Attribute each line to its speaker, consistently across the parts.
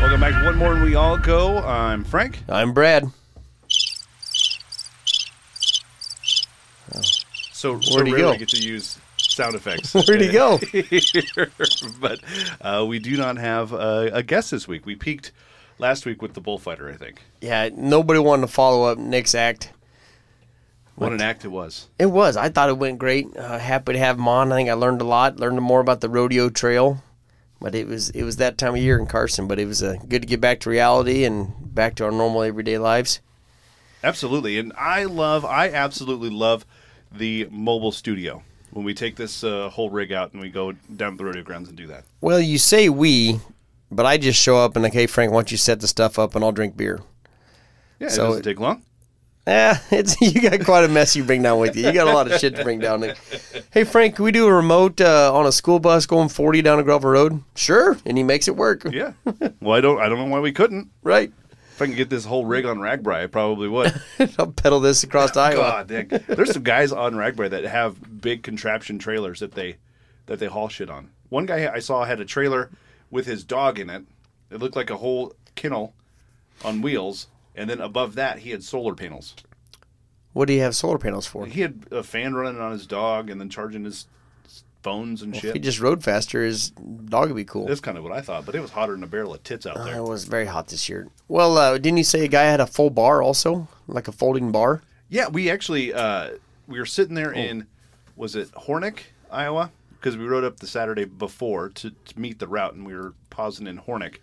Speaker 1: more than we all go. I'm Frank.
Speaker 2: I'm Brad.
Speaker 1: So
Speaker 2: Where'd
Speaker 1: we
Speaker 2: he
Speaker 1: rarely
Speaker 2: go?
Speaker 1: get to use sound effects.
Speaker 2: Where'd he go?
Speaker 1: here, but uh, we do not have uh, a guest this week. We peaked last week with the bullfighter. I think
Speaker 2: Yeah, nobody wanted to follow up Nick's act.
Speaker 1: what an act it was.
Speaker 2: It was. I thought it went great. Uh, happy to have him on. I think I learned a lot. Learned more about the rodeo trail. But it was it was that time of year in Carson. But it was uh, good to get back to reality and back to our normal everyday lives.
Speaker 1: Absolutely, and I love. I absolutely love the mobile studio when we take this uh, whole rig out and we go down to the rodeo grounds and do that.
Speaker 2: Well, you say we, but I just show up and like, hey Frank, why don't you set the stuff up and I'll drink beer.
Speaker 1: Yeah,
Speaker 2: So
Speaker 1: it doesn't
Speaker 2: it-
Speaker 1: take long.
Speaker 2: Yeah, Eh, it's you got quite a mess you bring down with you. You got a lot of shit to bring down. Nick. Hey Frank, can we do a remote uh, on a school bus going forty down a gravel road? Sure, and he makes it work.
Speaker 1: Yeah. well, I don't. I don't know why we couldn't.
Speaker 2: Right,
Speaker 1: If I can get this whole rig on Ragbri, I probably would.
Speaker 2: I'll pedal this across to Iowa.
Speaker 1: God, dang. there's some guys on Ragbri that have big contraption trailers that they that they haul shit on. One guy I saw had a trailer with his dog in it. It looked like a whole kennel on wheels, and then above that he had solar panels.
Speaker 2: What do you have solar panels for?
Speaker 1: He had a fan running on his dog, and then charging his phones and
Speaker 2: If he
Speaker 1: shit.
Speaker 2: just rode faster, his dog would be cool.
Speaker 1: That's kind of what I thought, but it was hotter than a barrel of tits out there.
Speaker 2: Oh, It was very hot this year. Well, uh, didn't you say a guy had a full bar also, like a folding bar?
Speaker 1: Yeah, we actually uh, we were sitting there in was it Hornick, Iowa? Because we rode up the Saturday before to, to meet the route, and we were pausing in Hornick,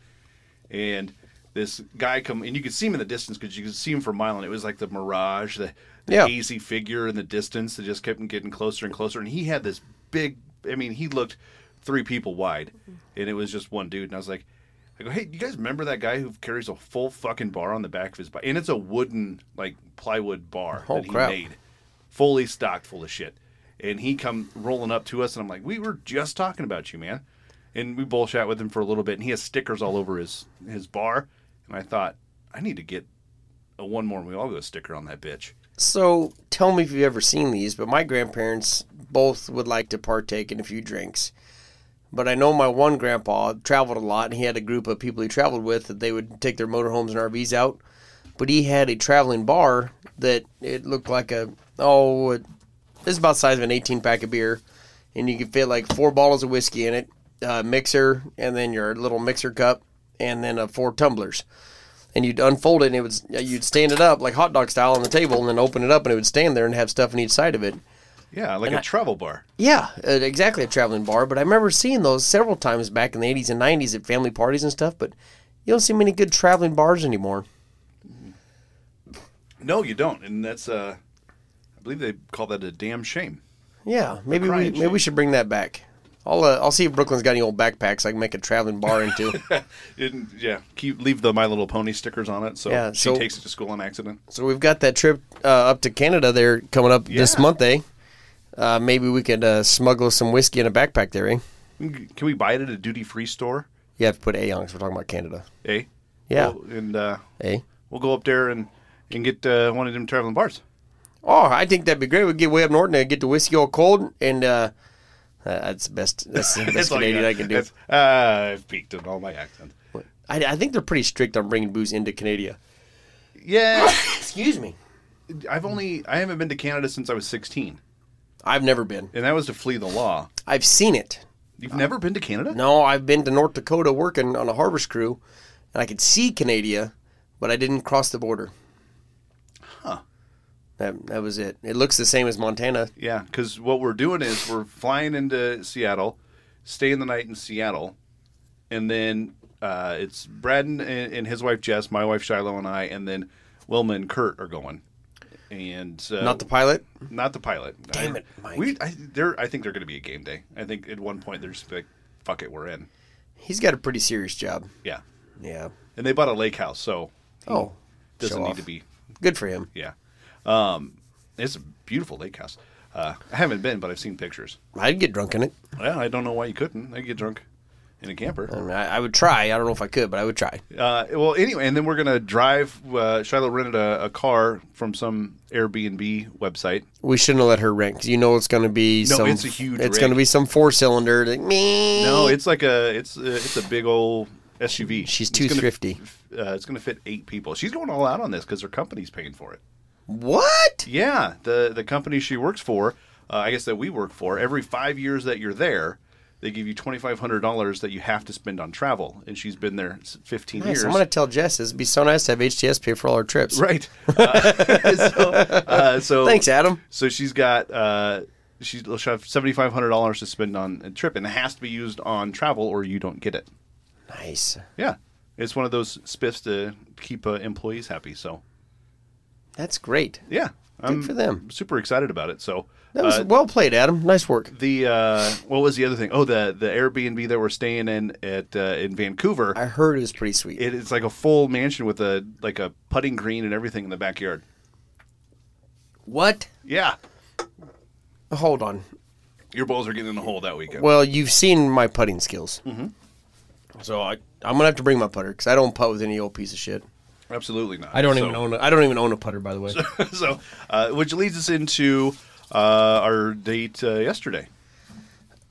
Speaker 1: and this guy come and you could see him in the distance because you could see him for a mile, and it was like the mirage, the, the
Speaker 2: Yeah.
Speaker 1: hazy figure in the distance that just kept getting closer and closer, and he had this big. I mean, he looked three people wide, and it was just one dude, and I was like. I go, hey, you guys remember that guy who carries a full fucking bar on the back of his bike? And it's a wooden, like plywood bar
Speaker 2: Oh,
Speaker 1: that he
Speaker 2: crap.
Speaker 1: made, fully stocked, full of shit. And he come rolling up to us, and I'm like, we were just talking about you, man. And we bullshit with him for a little bit, and he has stickers all over his his bar. And I thought, I need to get a one more, and we all go sticker on that bitch.
Speaker 2: So tell me if you've ever seen these, but my grandparents both would like to partake in a few drinks. But I know my one grandpa traveled a lot, and he had a group of people he traveled with that they would take their motorhomes and RVs out. But he had a traveling bar that it looked like a oh, it, it's about the size of an 18 pack of beer, and you could fit like four bottles of whiskey in it, a mixer, and then your little mixer cup, and then uh, four tumblers and you'd unfold it and it was you'd stand it up like hot dog style on the table and then open it up and it would stand there and have stuff on each side of it
Speaker 1: Yeah, like a travel bar.
Speaker 2: yeah uh, exactly a traveling bar but i remember seeing those several times back in the 80s and 90s at family parties and stuff but you don't see many good traveling bars anymore
Speaker 1: No, you don't, and that's uh, I believe they call that a damn shame.
Speaker 2: yeah maybe we
Speaker 1: Crying
Speaker 2: maybe we should bring that back I'll, uh, I'll see if Brooklyn's got any old backpacks I can make a traveling bar into.
Speaker 1: Didn't yeah, keep leave the My Little Pony stickers on it, so
Speaker 2: Yeah,
Speaker 1: she
Speaker 2: so-
Speaker 1: takes it to school on accident.
Speaker 2: so we've got that trip uh, up to Canada there coming up this
Speaker 1: Yeah.
Speaker 2: month, eh? Uh, maybe we could uh, smuggle some whiskey in a backpack there, eh?
Speaker 1: Can we buy it at a duty free store?
Speaker 2: You have to put A on 'cause we're talking about Canada,
Speaker 1: Eh?
Speaker 2: Yeah.
Speaker 1: We'll- and uh,
Speaker 2: eh?
Speaker 1: we'll go up there and and get uh, one of them traveling bars.
Speaker 2: Oh, I think that'd be great. We'd get way up north and get the whiskey all cold, and uh, uh, that's the best. That's the best
Speaker 1: all you
Speaker 2: Canadian
Speaker 1: got.
Speaker 2: I can do.
Speaker 1: That's- uh, I've peaked in all my accents.
Speaker 2: I, I think they're pretty strict on bringing booze into Canada.
Speaker 1: Yeah,
Speaker 2: Excuse me.
Speaker 1: I've only I haven't been to Canada since I was 16,
Speaker 2: I've never been.
Speaker 1: and that was to flee the law.
Speaker 2: I've seen it.
Speaker 1: You've never been to Canada?
Speaker 2: No, I've been to North Dakota working on a harvest crew, and I could see Canada, but I didn't cross the border.
Speaker 1: Huh.
Speaker 2: That that was it. It looks the same as Montana.
Speaker 1: Yeah, because what we're doing is we're flying into Seattle, staying the night in Seattle, and then uh, it's Braden and, and his wife Jess, my wife Shiloh, and I, and then Wilma and Kurt are going. And uh,
Speaker 2: Not the pilot.
Speaker 1: Not the pilot.
Speaker 2: Damn
Speaker 1: I-
Speaker 2: it, Mike.
Speaker 1: We, I, they're, I think they're going to be a game day. I think at one point they're just like, "Fuck it, we're in."
Speaker 2: He's got a pretty serious job.
Speaker 1: Yeah,
Speaker 2: Yeah.
Speaker 1: and they bought a lake house, so
Speaker 2: Oh,
Speaker 1: doesn't
Speaker 2: show
Speaker 1: need
Speaker 2: off.
Speaker 1: to be.
Speaker 2: Good for him.
Speaker 1: Yeah, um, it's a beautiful lake house. Uh, I haven't been, but I've seen pictures.
Speaker 2: I'd get drunk in it.
Speaker 1: Well, I don't know why you couldn't. I get drunk in a
Speaker 2: I,
Speaker 1: camper.
Speaker 2: mean, I, I would try. I don't know if I could, but I would try.
Speaker 1: Uh, well, anyway, and then we're gonna drive. Uh, Shiloh rented a, a car from some Airbnb website.
Speaker 2: We shouldn't have let her rent 'cause you know it's going to be
Speaker 1: No,
Speaker 2: some.
Speaker 1: it's a huge
Speaker 2: It's
Speaker 1: rig.
Speaker 2: going to be some four cylinder. Like me.
Speaker 1: No, uh, it's like a it's a, it's a big old SUV.
Speaker 2: She's
Speaker 1: It's
Speaker 2: too
Speaker 1: gonna-
Speaker 2: thrifty.
Speaker 1: Uh, it's going to fit eight people. She's going all out on this because her company's paying for it.
Speaker 2: What?
Speaker 1: Yeah, the the company she works for, uh, I guess that we work for, every five years that you're there, they give you twenty five hundred dollars that you have to spend on travel, and she's been there s- fifteen
Speaker 2: Nice.
Speaker 1: years.
Speaker 2: I'm gonna tell Jess this would be so nice to have HTS pay for all our trips.
Speaker 1: Right. Uh, so, uh, so
Speaker 2: Thanks, Adam.
Speaker 1: So she's got uh, she's, she'll have seventy five hundred dollars to spend on a trip, and it has to be used on travel, or you don't get it.
Speaker 2: Nice.
Speaker 1: Yeah, it's one of those spiffs to keep uh, employees happy. So
Speaker 2: That's great.
Speaker 1: yeah, I'm
Speaker 2: for them.
Speaker 1: Super excited about it. So
Speaker 2: That was
Speaker 1: uh,
Speaker 2: well played, Adam. Nice work.
Speaker 1: the uh, what was the other thing? Oh, the the Airbnb that we're staying in at uh, in Vancouver.
Speaker 2: I heard it was pretty sweet.
Speaker 1: it is like a full mansion with a like a putting green and everything in the backyard.
Speaker 2: what?
Speaker 1: Yeah,
Speaker 2: Hold on.
Speaker 1: your balls are getting in the hole that weekend.
Speaker 2: Well, you've seen my putting skills. Mm-hmm. So I, I'm gonna have to bring my putter because I don't putt with any old piece of shit.
Speaker 1: Absolutely not.
Speaker 2: I don't
Speaker 1: So-
Speaker 2: even own. A, I don't even own a putter, by the way.
Speaker 1: so, uh, which leads us into uh, our date uh, yesterday.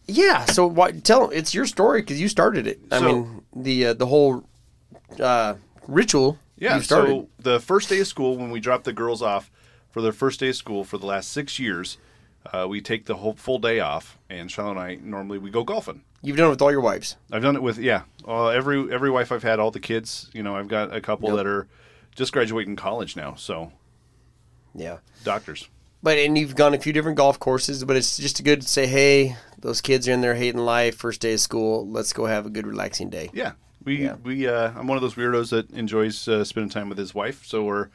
Speaker 2: yeah. So why, tell it's your story because you started it. I
Speaker 1: So-
Speaker 2: mean the uh, the whole uh, ritual.
Speaker 1: Yeah,
Speaker 2: You started.
Speaker 1: so the first day of school, when we drop the girls off for their first day of school for the last six years, uh, we take the whole full day off, and Charlotte and I normally we go golfing.
Speaker 2: You've done it with all your wives.
Speaker 1: I've done it with yeah, uh, every every wife I've had, all the kids. You know, I've got a couple that are just graduating college now, so
Speaker 2: Yeah.
Speaker 1: doctors.
Speaker 2: But and you've gone a few different golf courses, but it's just good to say, hey, those kids are in there hating life. First day of school, let's go have a good relaxing day.
Speaker 1: Yeah, we
Speaker 2: Yeah.
Speaker 1: we uh, I'm one of those weirdos that enjoys uh, spending time with his wife. So are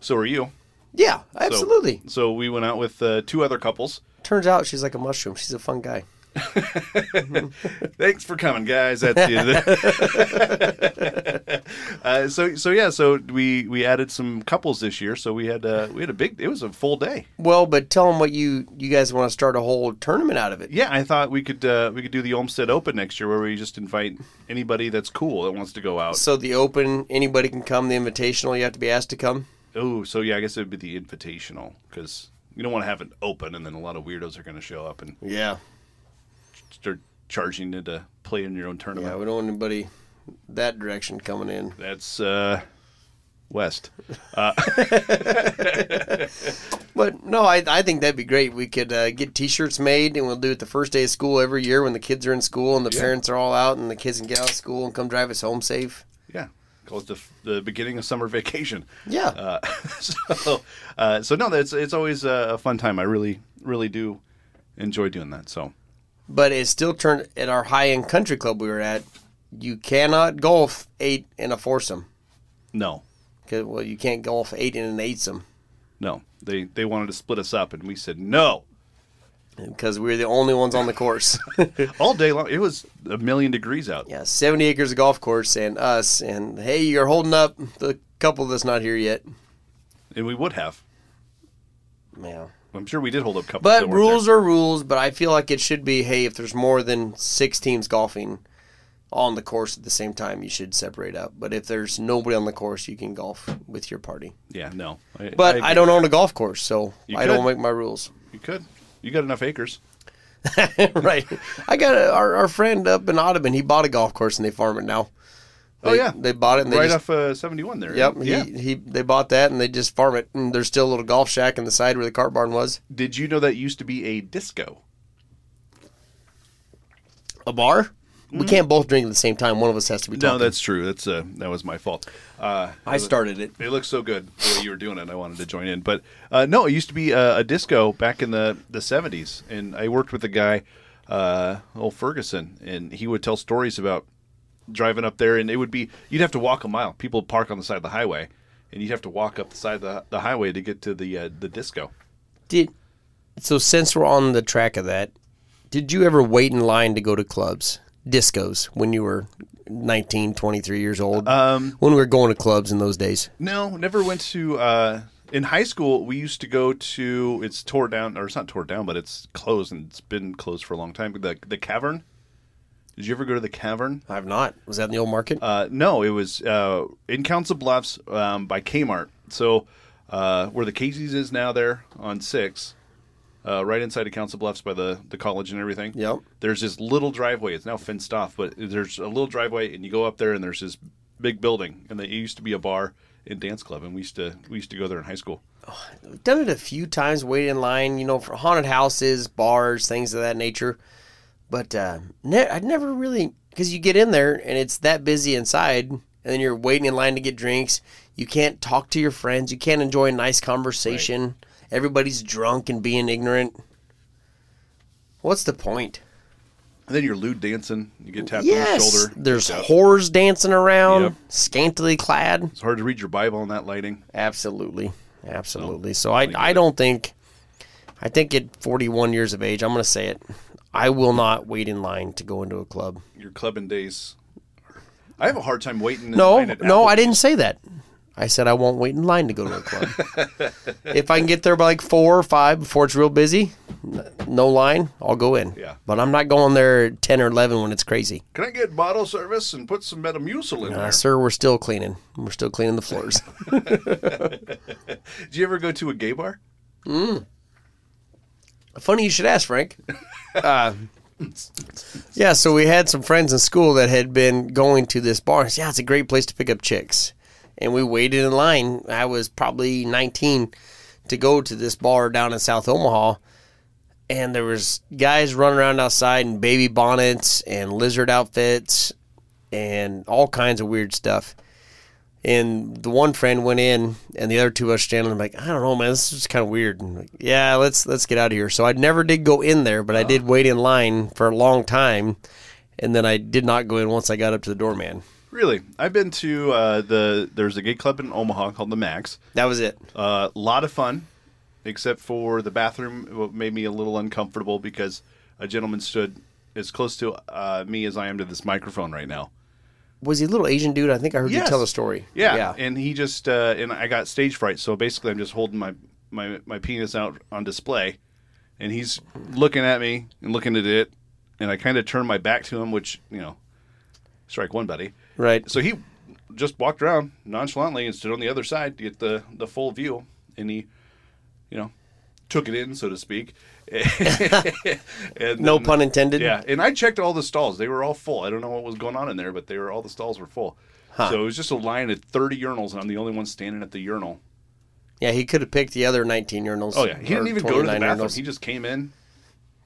Speaker 1: so are you.
Speaker 2: Yeah, absolutely.
Speaker 1: So, so we went out with uh, two other couples.
Speaker 2: Turns out she's like a mushroom. She's a fun guy.
Speaker 1: Thanks for coming, guys. That's the end of it. uh, so so yeah, so we we added some couples this year. So we had uh, we had a big. It was a full day.
Speaker 2: Well, but tell them what you you guys want to start a whole tournament out of it.
Speaker 1: Yeah, I thought we could uh, we could do the Olmsted Open next year, where we just invite anybody that's cool that wants to go out.
Speaker 2: So the open, anybody can come. The invitational, you have to be asked to come.
Speaker 1: Oh, so yeah, I guess it would be the invitational because you don't want to have it open, and then a lot of weirdos are going to show up and
Speaker 2: Yeah,
Speaker 1: start charging you to play in your own
Speaker 2: yeah.
Speaker 1: tournament.
Speaker 2: We don't want anybody that direction coming in.
Speaker 1: That's uh, West.
Speaker 2: But no, I, I think that'd be great. We could uh, get T-shirts made, and we'll do it the first day of school every year when the kids are in school and the parents are all out, and the kids can get out of school and come drive us home safe.
Speaker 1: Yeah, calls the the beginning of summer vacation.
Speaker 2: Yeah.
Speaker 1: Uh, so, uh, so no, that's it's always uh, a fun time. I really, really do enjoy doing that. So,
Speaker 2: But it still turned at our high-end country club we were at. You cannot golf eight in a foursome.
Speaker 1: no,
Speaker 2: 'Cause, well, you can't golf eight in an eightsome
Speaker 1: no, they they wanted to split us up, and we said no
Speaker 2: because we were the only ones on the course.
Speaker 1: all day long. It was a million degrees out.
Speaker 2: yeah, seventy acres of golf course and us. And hey, you're holding up the couple that's not here yet.
Speaker 1: and we would have.
Speaker 2: Yeah.
Speaker 1: I'm sure we did hold up couples. that
Speaker 2: But
Speaker 1: weren't there.
Speaker 2: rules are rules, but I feel like it should be hey, if there's more than six teams golfing on the course at the same time, you should separate up. But if there's nobody on the course, you can golf with your party.
Speaker 1: Yeah, no. I,
Speaker 2: But I,
Speaker 1: agree.
Speaker 2: don't own a golf course, so
Speaker 1: You
Speaker 2: I don't
Speaker 1: could.
Speaker 2: make my rules.
Speaker 1: You could. You got enough acres.
Speaker 2: right. I got a, our, our friend up in Audubon, he bought a golf course and they farm it now.
Speaker 1: Oh,
Speaker 2: They-
Speaker 1: yeah.
Speaker 2: They bought it and they
Speaker 1: right
Speaker 2: just,
Speaker 1: off uh, 71 there.
Speaker 2: Yep, he,
Speaker 1: Yeah.
Speaker 2: he they bought that and they just farm it and there's still a little golf shack in the side where the cart barn was.
Speaker 1: Did you know that used to be a disco?
Speaker 2: A bar? We can't both drink at the same time. One of us has to be
Speaker 1: No,
Speaker 2: talking.
Speaker 1: that's true. That's uh, that was my fault. Uh,
Speaker 2: I started it.
Speaker 1: It looks so good the way you were doing it. I wanted to join in, but uh, no, it used to be a, a disco back in the the seventies, and I worked with a guy, uh, old Ferguson, and he would tell stories about driving up there, and it would be you'd have to walk a mile. People would park on the side of the highway, and you'd have to walk up the side of the, the highway to get to the uh, the disco.
Speaker 2: Did so since we're on the track of that, did you ever wait in line to go to clubs, discos when you were 19, 23 years old? Um, when we were going to clubs in those days.
Speaker 1: No, never went to. Uh, in high school, we used to go to. It's tore down, or it's not tore down, but it's closed and it's been closed for a long time. The the cavern. Did you ever go to the cavern?
Speaker 2: I've not. Was that in the old market?
Speaker 1: Uh, no, it was uh, in Council Bluffs um, by Kmart. So uh, where the Casey's is now there on six. uh, right inside of Council Bluffs by the, the college and everything.
Speaker 2: Yep.
Speaker 1: There's this little driveway. It's now fenced off, but there's a little driveway, and you go up there, and there's this big building, and it used to be a bar and dance club, and we used to we used to go there in high school.
Speaker 2: I've done it a few times, waited in line, you know, for haunted houses, bars, things of that nature. But uh, ne- I'd never really, because you get in there and it's that busy inside, and then you're waiting in line to get drinks. You can't talk to your friends. You can't enjoy a nice conversation. Everybody's drunk and being ignorant. What's the point?
Speaker 1: And then you're lewd dancing. You get tapped on the
Speaker 2: yes,
Speaker 1: shoulder.
Speaker 2: there's whores dancing around,
Speaker 1: Yep.
Speaker 2: scantily clad.
Speaker 1: It's hard to read your Bible in that lighting.
Speaker 2: Absolutely. Absolutely.
Speaker 1: Oh,
Speaker 2: So I, I don't think, I think at 41 years of age, I'm going to say it, I will not wait in line to go into a club.
Speaker 1: Your clubbing days. I have a hard time waiting. in
Speaker 2: No,
Speaker 1: line at
Speaker 2: no, I
Speaker 1: Applebee's.
Speaker 2: didn't say that. I said I won't wait in line to go to a club. if I can get there by like four or five before it's real busy, n- no line, I'll go in.
Speaker 1: Yeah.
Speaker 2: But I'm not going there at 10 or 11 when it's crazy.
Speaker 1: Can I get bottle service and put some Metamucil in
Speaker 2: Uh,
Speaker 1: there?
Speaker 2: sir, we're still cleaning. We're still cleaning the floors.
Speaker 1: Did you ever go to a gay bar?
Speaker 2: Funny you should ask, Frank. Uh, yeah, so we had some friends in school that had been going to this bar. I said, yeah, it's a great place to pick up chicks. And we waited in line. I was probably 19 to go to this bar down in South Omaha. And there was guys running around outside in baby bonnets and lizard outfits and all kinds of weird stuff. And the one friend went in, and the other two of us standing. I'm like, I don't know, man, this is kind of weird. And like, yeah, let's let's get out of here. So I never did go in there, but I
Speaker 1: Uh-huh.
Speaker 2: did wait in line for a long time, and then I did not go in once I got up to the doorman.
Speaker 1: Really? I've been to uh, the. There's a gay club in Omaha called the Max.
Speaker 2: That was it.
Speaker 1: A uh, lot of fun, except for the bathroom what made me a little uncomfortable because a gentleman stood as close to uh, me as I am to this microphone right now.
Speaker 2: Was he a little Asian dude? I think I heard
Speaker 1: Yes.
Speaker 2: you tell the story.
Speaker 1: Yeah,
Speaker 2: yeah.
Speaker 1: and he just uh, and I got stage fright, so basically I'm just holding my my my penis out on display, and he's looking at me and looking at it, and I kind of turned my back to him, which you know, strike one, buddy.
Speaker 2: Right.
Speaker 1: So he just walked around nonchalantly and stood on the other side to get the the full view, and he, you know, took it in, so to speak. and
Speaker 2: No
Speaker 1: then-
Speaker 2: pun intended.
Speaker 1: yeah, and I checked all the stalls. They were all full. I don't know what was going on in there, but they were all the stalls were full. So it was just a line at 30 urinals, and I'm the only one standing at the urinal.
Speaker 2: Yeah, he could have picked the other 19 urinals.
Speaker 1: Oh yeah, he didn't
Speaker 2: or
Speaker 1: even go to the
Speaker 2: 29
Speaker 1: bathroom.
Speaker 2: urinals.
Speaker 1: He just came in,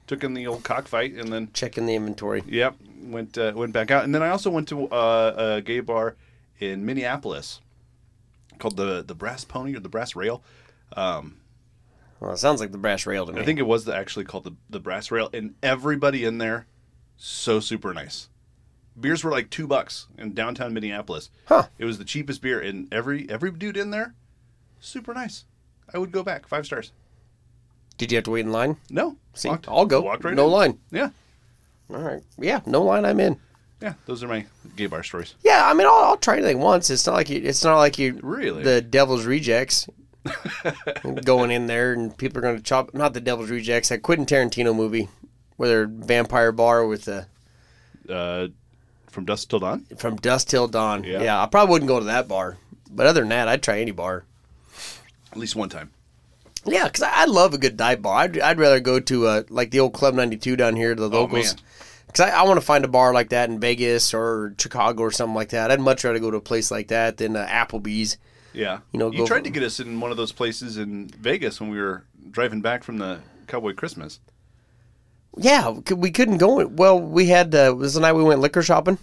Speaker 1: took in the old cockfight, and then
Speaker 2: Checking the inventory.
Speaker 1: yep, went uh, went back out. And then I also went to uh, a gay bar in Minneapolis called the the Brass Pony or the Brass Rail.
Speaker 2: Well, it sounds like the brass rail to me.
Speaker 1: I think it was the, actually called the the Brass Rail, and everybody in there so super nice. Beers were like two bucks in downtown Minneapolis.
Speaker 2: Huh.
Speaker 1: It was the cheapest beer, and every every dude in there, super nice. I would go back five stars.
Speaker 2: Did you have to wait in line?
Speaker 1: No,
Speaker 2: See,
Speaker 1: walked-
Speaker 2: I'll go.
Speaker 1: Walked right
Speaker 2: no
Speaker 1: in.
Speaker 2: line.
Speaker 1: Yeah,
Speaker 2: All right. Yeah, no line. I'm in.
Speaker 1: yeah. Those are my gay bar stories.
Speaker 2: Yeah, I mean, I'll, I'll try anything once. It's not like you. It's not like you.
Speaker 1: Really?
Speaker 2: The Devil's Rejects. going in there and people are going to chop. Not the Devil's Rejects. That Quentin Tarantino movie, where they're vampire bar with the
Speaker 1: Uh, from dusk till dawn.
Speaker 2: from dusk till dawn.
Speaker 1: Yeah.
Speaker 2: Yeah. I probably wouldn't go to that bar, but other than that, I'd try any bar.
Speaker 1: At least one time.
Speaker 2: Yeah, because I, I love a good dive bar. I'd, I'd rather go to uh like the old Club 92 down here, the locals.
Speaker 1: Oh, man.
Speaker 2: Because I, I want to find a bar like that in Vegas or Chicago or something like that. I'd much rather go to a place like that than uh, Applebee's.
Speaker 1: Yeah.
Speaker 2: You know,
Speaker 1: you
Speaker 2: go-
Speaker 1: tried to get us in one of those places in Vegas when we were driving back from the Cowboy Christmas.
Speaker 2: Yeah, we cou- we couldn't go. in- Well, we had uh, was the night we went liquor shopping.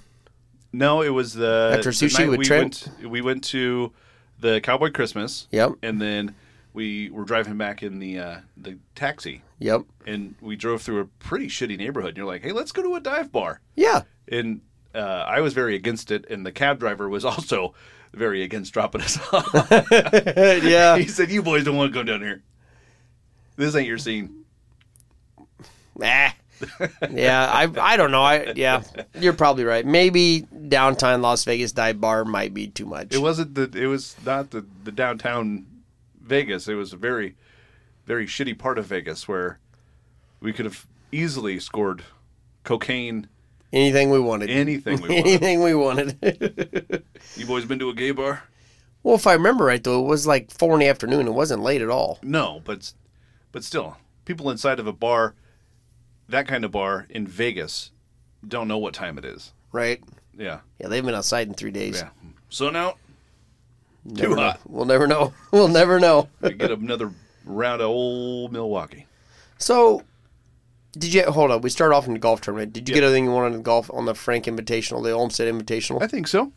Speaker 1: No, it was the the
Speaker 2: After sushi
Speaker 1: night
Speaker 2: with
Speaker 1: we
Speaker 2: Trent?
Speaker 1: Went, we went to the Cowboy Christmas.
Speaker 2: Yep.
Speaker 1: And then we were driving back in the uh, the taxi,
Speaker 2: Yep.
Speaker 1: and we drove through a pretty shitty neighborhood. And you're like, "Hey, let's go to a dive bar."
Speaker 2: Yeah.
Speaker 1: And uh, I was very against it, and the cab driver was also very against dropping us off.
Speaker 2: yeah.
Speaker 1: he said, "You boys don't want to come down here. This ain't your scene."
Speaker 2: Ah. yeah, I I don't know. I yeah, you're probably right. Maybe downtown Las Vegas dive bar might be too much.
Speaker 1: It wasn't the. It was not the, the downtown Vegas. It was a very, very shitty part of Vegas where we could have easily scored cocaine,
Speaker 2: Anything we wanted.
Speaker 1: anything we wanted.
Speaker 2: Anything we wanted.
Speaker 1: you boys been to a gay bar?
Speaker 2: well, if I remember right, though, it was like four in the afternoon. It wasn't late at all.
Speaker 1: No, but but still, people inside of a bar, that kind of bar in Vegas, don't know what time it is.
Speaker 2: right?
Speaker 1: Yeah.
Speaker 2: Yeah, they've been outside in three days.
Speaker 1: Yeah. Sun out.
Speaker 2: Never
Speaker 1: Too
Speaker 2: know.
Speaker 1: hot.
Speaker 2: We'll never know. We'll never know.
Speaker 1: We get another round of old Milwaukee.
Speaker 2: So, did you hold on? We start off in the golf tournament. Did you
Speaker 1: Yeah.
Speaker 2: get everything you wanted in golf on the Frank Invitational, the Olmsted Invitational?
Speaker 1: I think so.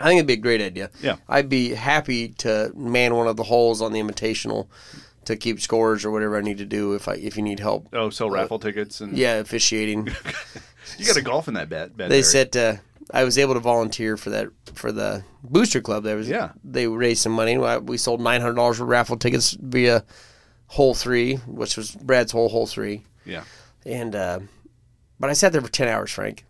Speaker 2: I think it'd be a great idea.
Speaker 1: Yeah.
Speaker 2: I'd be happy to man one of the holes on the Invitational to keep scores or whatever I need to do if I if you need help.
Speaker 1: Oh, sell raffle tickets and
Speaker 2: Yeah, officiating.
Speaker 1: you got to golf in that bad. bad
Speaker 2: they
Speaker 1: area.
Speaker 2: said uh, I was able to volunteer for that for the booster club. There was
Speaker 1: Yeah.
Speaker 2: They raised some money. Well, We sold nine hundred dollars for raffle tickets via hole three, which was Brad's hole hole three,
Speaker 1: Yeah.
Speaker 2: and uh, but I sat there for ten hours, Frank.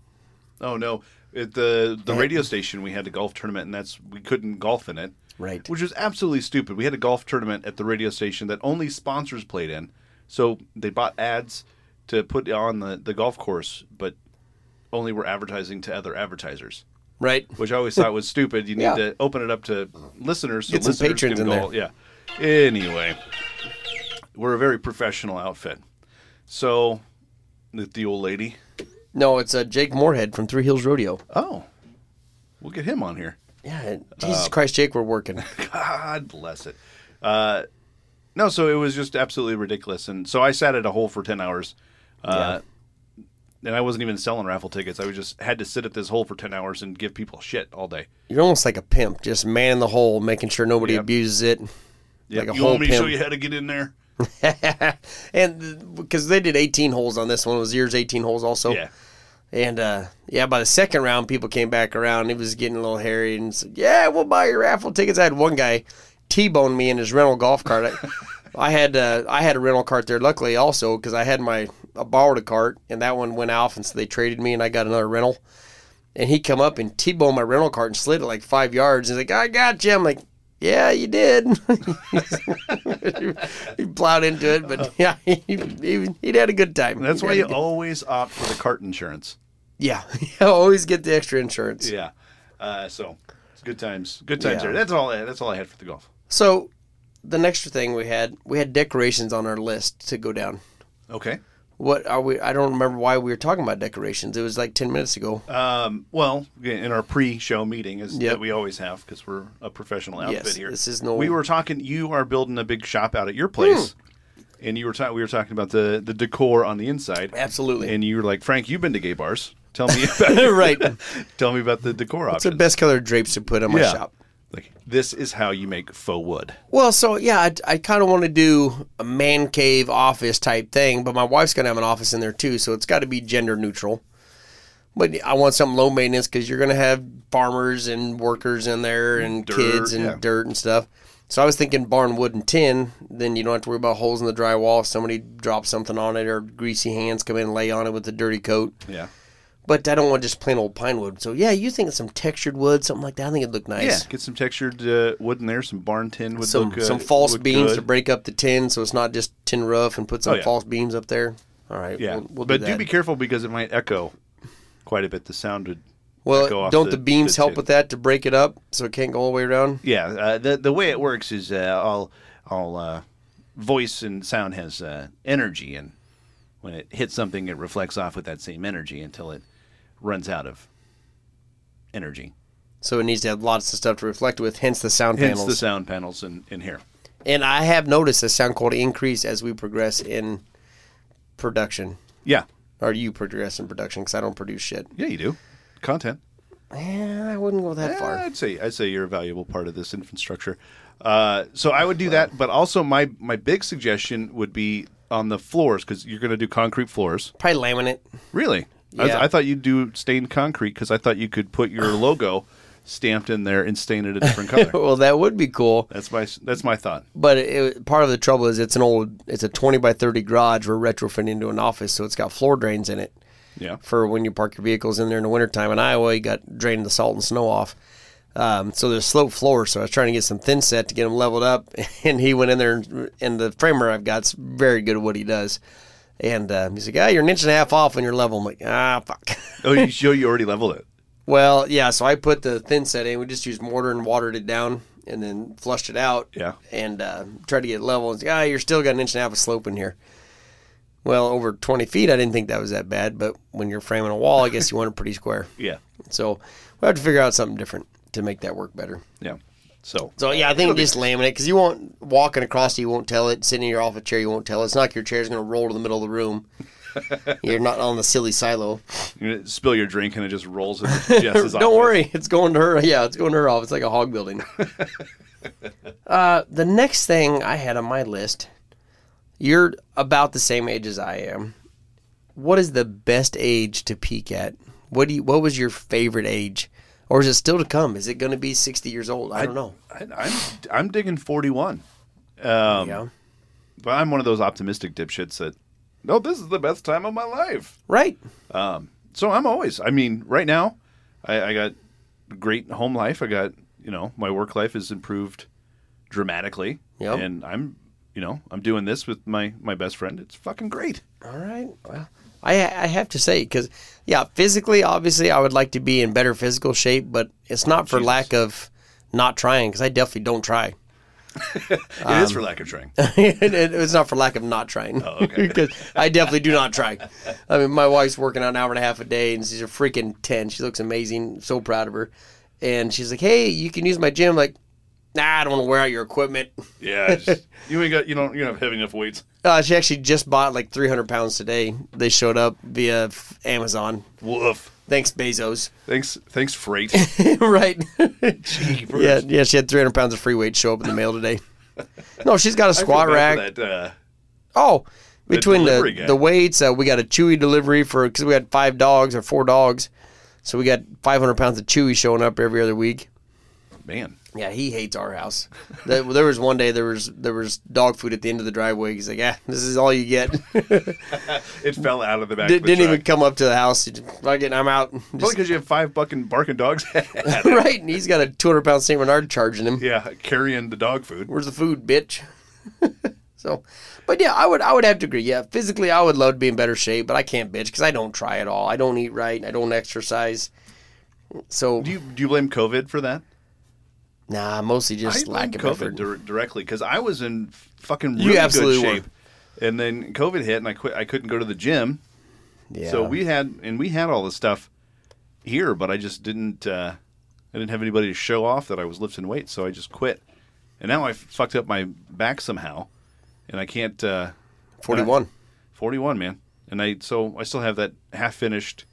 Speaker 1: Oh no. At the the radio station we had a golf tournament and that's we couldn't golf in it.
Speaker 2: Right.
Speaker 1: Which was absolutely stupid. We had a golf tournament at the radio station that only sponsors played in. So they bought ads to put on the, the golf course, but only were advertising to other advertisers.
Speaker 2: Right.
Speaker 1: Which I always thought was stupid. You need
Speaker 2: Yeah.
Speaker 1: to open it up to listeners so
Speaker 2: Get some
Speaker 1: listeners
Speaker 2: patrons
Speaker 1: can
Speaker 2: in
Speaker 1: golf. Yeah. Anyway. We're a very professional outfit. So the, the old lady.
Speaker 2: No, it's uh, Jake Moorhead from Three Hills Rodeo.
Speaker 1: Oh. We'll get him on here. Uh,
Speaker 2: Yeah, Jesus Christ, Jake, we're working.
Speaker 1: God bless it. Uh, no, so it was just absolutely ridiculous, and so I sat at a hole for ten hours, uh, and I wasn't even selling raffle tickets. I was just had to sit at this hole for ten hours and give people shit all day.
Speaker 2: You're almost like a pimp, just man in the hole, making sure nobody
Speaker 1: Yep.
Speaker 2: abuses it.
Speaker 1: Yeah,
Speaker 2: Like a
Speaker 1: you want
Speaker 2: whole
Speaker 1: me to show
Speaker 2: pimp.
Speaker 1: you how to get in there?
Speaker 2: and because they did 18 holes on this one, it was yours 18 holes also.
Speaker 1: Yeah,
Speaker 2: And uh, yeah, by the second round, people came back around. It was getting a little hairy and said, "Yeah, we'll buy your raffle tickets." I had one guy t-bone me in his rental golf cart. I, I had uh, I had a rental cart there, luckily also because I had my I borrowed a cart and that one went off, and so they traded me and I got another rental. And he come up and t-boned my rental cart and slid it like five yards. He's like, "I got you." I'm like. Yeah, you did. he plowed into it, but yeah, he, he, he'd had a good time.
Speaker 1: that's
Speaker 2: He'd
Speaker 1: why
Speaker 2: had a
Speaker 1: you always opt for the cart insurance.
Speaker 2: yeah, yeah, always get the extra insurance.
Speaker 1: Yeah, uh, so it's good times, good times
Speaker 2: Yeah.
Speaker 1: there. That's all. I- That's all I had for the golf.
Speaker 2: So the next thing we had, we had decorations on our list to go down.
Speaker 1: Okay.
Speaker 2: What are we? I don't remember why we were talking about decorations. It was like ten minutes ago.
Speaker 1: Um, well, in our pre-show meeting, is
Speaker 2: Yep.
Speaker 1: that we always have because we're a professional outfit
Speaker 2: Yes,
Speaker 1: here.
Speaker 2: this is no-
Speaker 1: We were talking. You are building a big shop out at your place,
Speaker 2: Hmm.
Speaker 1: and you were ta- we were talking about the the decor on the inside.
Speaker 2: Absolutely.
Speaker 1: And you were like, Frank, you've been to gay bars. Tell me about
Speaker 2: right.
Speaker 1: tell me about the decor
Speaker 2: It's the
Speaker 1: options.
Speaker 2: best color drapes to put on my
Speaker 1: Yeah.
Speaker 2: shop.
Speaker 1: Like this is how you make faux wood.
Speaker 2: Well, so yeah, I, I kind of want to do a man cave office type thing, but my wife's gonna have an office in there too, so it's got to be gender neutral. But I want something low maintenance because you're gonna have farmers and workers in there and
Speaker 1: Dirt,
Speaker 2: kids and
Speaker 1: yeah.
Speaker 2: dirt and stuff. So I was thinking barn wood and tin. Then you don't have to worry about holes in the drywall. If somebody drops something on it or greasy hands come in and lay on it with a dirty coat.
Speaker 1: Yeah.
Speaker 2: But I don't want just plain old pine wood. So yeah, you think of some textured wood, something like that. I think it'd look nice
Speaker 1: Yeah. Get some textured uh, wood in there. Some barn tin would
Speaker 2: some
Speaker 1: look uh,
Speaker 2: some false
Speaker 1: look
Speaker 2: beams
Speaker 1: good.
Speaker 2: to break up the tin, so it's not just tin roof and put some
Speaker 1: Oh, yeah.
Speaker 2: false beams up there. All right,
Speaker 1: Yeah.
Speaker 2: we'll, we'll
Speaker 1: but
Speaker 2: do
Speaker 1: do,
Speaker 2: that.
Speaker 1: be careful because it might echo quite a bit. The sound would echo
Speaker 2: well,
Speaker 1: off
Speaker 2: don't the, beams help
Speaker 1: tin.
Speaker 2: with that to break it up so it can't go all the way around?
Speaker 1: Yeah, uh, the the way it works is uh, all all uh, voice and sound has uh, energy, and when it hits something, it reflects off with that same energy until it runs out of energy.
Speaker 2: So it needs to have lots of stuff to reflect with, hence the sound
Speaker 1: Hence
Speaker 2: panels.
Speaker 1: the sound panels in, in here.
Speaker 2: And I have noticed the sound quality increase as we progress in production.
Speaker 1: Yeah,
Speaker 2: Or you progress in production because I don't produce shit.
Speaker 1: yeah, you do content.
Speaker 2: Eh, I wouldn't go that
Speaker 1: Yeah,
Speaker 2: far.
Speaker 1: I'd say I'd say you're a valuable part of this infrastructure. Uh, so I would do that, but also my my big suggestion would be on the floors because you're going to do concrete floors.
Speaker 2: Probably laminate.
Speaker 1: Really? I,
Speaker 2: Yeah.
Speaker 1: I thought you'd do stained concrete because I thought you could put your logo stamped in there and stain it a different color.
Speaker 2: Well, that would be cool.
Speaker 1: that's my that's my thought.
Speaker 2: But it, part of the trouble is it's an old, it's a 20 by 30 garage we're retrofitting into an office, so it's got floor drains in it
Speaker 1: Yeah.
Speaker 2: for when you park your vehicles in there in the wintertime. In Iowa, you got drained the salt and snow off. Um, so there's slope floor, so I was trying to get some thin set to get them leveled up, and he went in there, and, and the framer I've got's very good at what he does. And uh, he's like, ah, you're an inch and a half off on your level. I'm like, ah, fuck.
Speaker 1: Oh, you show you already leveled it.
Speaker 2: Well, yeah, so I put the thin set in. We just used mortar and watered it down. and then flushed it out.
Speaker 1: Yeah.
Speaker 2: And uh, tried to get it level. And said, ah, you're still got an inch and a half of slope in here. Well, over 20 feet, I didn't think that was that bad. But when you're framing a wall, I guess you want it pretty square.
Speaker 1: Yeah.
Speaker 2: So we'll have to figure out something different to make that work better.
Speaker 1: Yeah. So
Speaker 2: So yeah, I think just laminate because you won't walking across, you won't tell it. Sitting in your office chair, you won't tell. It's not like your chair's going to roll to the middle of the room. You're not on the silly silo.
Speaker 1: you're gonna spill your drink and it just rolls in Jess's
Speaker 2: Don't worry, it's going to her. Yeah, it's going to her office like a hog building. uh, the next thing I had on my list, you're about the same age as I am. What is the best age to peak at? What do you? What was your favorite age, or is it still to come? Is it going to be sixty years old? I don't know.
Speaker 1: I, I'm I'm digging 41,
Speaker 2: yeah.
Speaker 1: but I'm one of those optimistic dipshits that no, this is the best time of my life.
Speaker 2: Right.
Speaker 1: So I'm always. I mean, right now, I, I got great home life. I got you know my work life has improved dramatically.
Speaker 2: Yep.
Speaker 1: And I'm you know I'm doing this with my my best friend. It's fucking great.
Speaker 2: All right. Well, I I have to say because yeah, physically, obviously, I would like to be in better physical shape, but it's not for lack of not trying because I definitely don't try.
Speaker 1: It is
Speaker 2: Um,
Speaker 1: for lack of trying.
Speaker 2: It- it- it's not for lack of not trying.
Speaker 1: Oh, okay.
Speaker 2: Because I definitely do not try. I mean, my wife's working out an hour and a half a day, and she's a freaking ten. She looks amazing. So proud of her. And she's like, "Hey, you can use my gym." Like, nah, I don't want to wear out your equipment.
Speaker 1: Yeah. I Just, you ain't got you don't you don't have heavy enough weights.
Speaker 2: Uh, she actually just bought like 300 pounds today. They showed up via f- Amazon.
Speaker 1: Woof.
Speaker 2: Thanks, Bezos.
Speaker 1: Thanks thanks freight.
Speaker 2: right.
Speaker 1: Jeepers.
Speaker 2: yeah, yeah. She had 300 pounds of free weight show up in the mail today. No, she's got a
Speaker 1: I feel
Speaker 2: squat
Speaker 1: bad
Speaker 2: rack.
Speaker 1: for That, uh,
Speaker 2: Oh, between
Speaker 1: delivery
Speaker 2: the,
Speaker 1: guy.
Speaker 2: the weights, uh, we got a Chewy delivery for because we had five dogs or four dogs, so we got 500 pounds of Chewy showing up every other week.
Speaker 1: man.
Speaker 2: Yeah, he hates our house. there, there was one day there was there was dog food at the end of the driveway. He's like, "Yeah, this is all you get."
Speaker 1: It fell out of the back.
Speaker 2: Did,
Speaker 1: of the
Speaker 2: not
Speaker 1: truck.
Speaker 2: even come up to the house. He just, Fucking, I'm out.
Speaker 1: Probably
Speaker 2: Just,
Speaker 1: because you have five bucking barking dogs.
Speaker 2: right, and he's got a 200 pound Saint Bernard charging him.
Speaker 1: yeah, carrying the dog food.
Speaker 2: Where's the food, bitch? so, but yeah, I would I would have to agree. Yeah, physically, I would love to be in better shape, but I can't, bitch, because I don't try at all. I don't eat right. I don't exercise. So
Speaker 1: Do you do you blame COVID for that?
Speaker 2: nah, mostly just
Speaker 1: I
Speaker 2: lack of
Speaker 1: blame COVID
Speaker 2: effort.
Speaker 1: dir- directly because I was in f- fucking
Speaker 2: You
Speaker 1: really
Speaker 2: absolutely
Speaker 1: good shape, and then COVID hit, and I quit. I couldn't go to the gym,
Speaker 2: yeah.
Speaker 1: so we had and we had all this stuff here, but I just didn't. Uh, I didn't have anybody to show off that I was lifting weights, so I just quit. And now I f- fucked up my back somehow, and I can't. Uh,
Speaker 2: 41.
Speaker 1: 41 man and i so i still have that half finished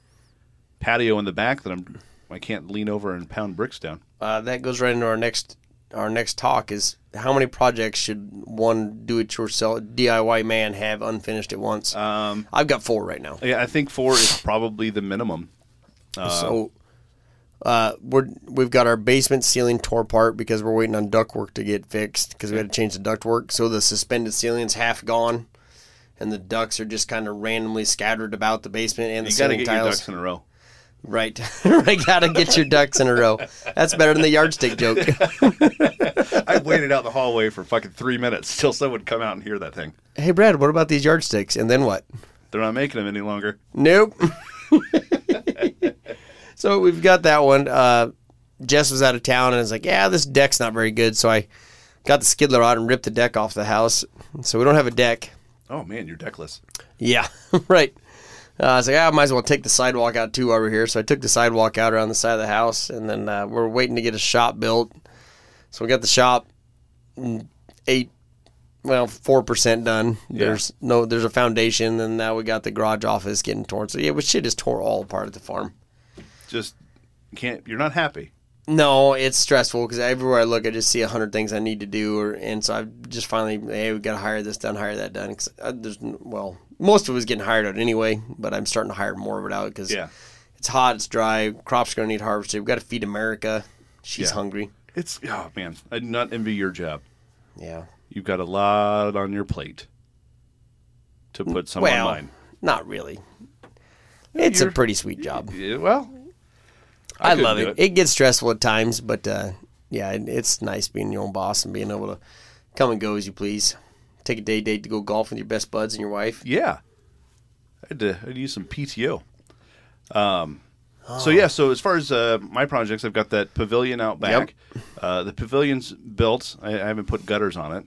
Speaker 1: patio in the back that i'm i can't lean over and pound bricks down
Speaker 2: Uh, that goes right into our next our next talk is how many projects should one do it yourself DIY man have unfinished at once? Um, I've got four right now.
Speaker 1: yeah i think four is probably the minimum
Speaker 2: so uh, we're we've got our basement ceiling tore apart because we're waiting on ductwork to get fixed because we had to change the ductwork. So the suspended ceiling's half gone, and the ducts are just kind of randomly scattered about the basement and the
Speaker 1: you gotta
Speaker 2: ceiling
Speaker 1: get your
Speaker 2: tiles.
Speaker 1: ducks in a row
Speaker 2: Right, I gotta get your ducks in a row. That's better than the yardstick joke.
Speaker 1: i waited out the hallway for fucking three minutes till someone would come out and hear that thing
Speaker 2: hey, Brad, what about these yardsticks? And then what?
Speaker 1: they're not making them any longer
Speaker 2: Nope. so we've got that one. Uh, Jess was out of town and was like, "Yeah, this deck's not very good." So I got the skidler out and ripped the deck off the house. So we don't have a deck.
Speaker 1: oh man you're deckless
Speaker 2: Yeah, right. Uh, I was like, "Ah, I might as well take the sidewalk out too over here. So I took the sidewalk out around the side of the house, and then uh, we're waiting to get a shop built. So we got the shop mm, eight, well, four percent done. There's no, there's a foundation, and now we got the garage office getting torn. So yeah, we shit just tore all apart at the farm.
Speaker 1: just can't you're not happy
Speaker 2: No, it's stressful because everywhere I look, I just see a hundred things I need to do, or and so I just finally, hey, we got to hire this done, hire that done. 'cause, uh, there's n- well, most of it was getting hired out anyway, but I'm starting to hire more of it out because
Speaker 1: Yeah.
Speaker 2: it's hot, it's dry, crops gonna need harvested. We've got to feed America. She's
Speaker 1: Yeah.
Speaker 2: hungry.
Speaker 1: it's oh man i do not envy your job
Speaker 2: Yeah.
Speaker 1: you've got a lot on your plate to put some
Speaker 2: well,
Speaker 1: on mine
Speaker 2: not really. It's a
Speaker 1: you're-
Speaker 2: pretty sweet job.
Speaker 1: Yeah, well
Speaker 2: I,
Speaker 1: couldn't
Speaker 2: love
Speaker 1: do
Speaker 2: it. it. gets stressful at times, but uh, yeah, it, it's nice being your own boss and being able to come and go as you please. Take a day date to go golf with your best buds and your wife.
Speaker 1: Yeah. I had to, I had to use some PTO. Um, So yeah, so as far as uh, my projects, I've got that pavilion out back. Uh, the pavilion's built. I, I haven't put gutters on it.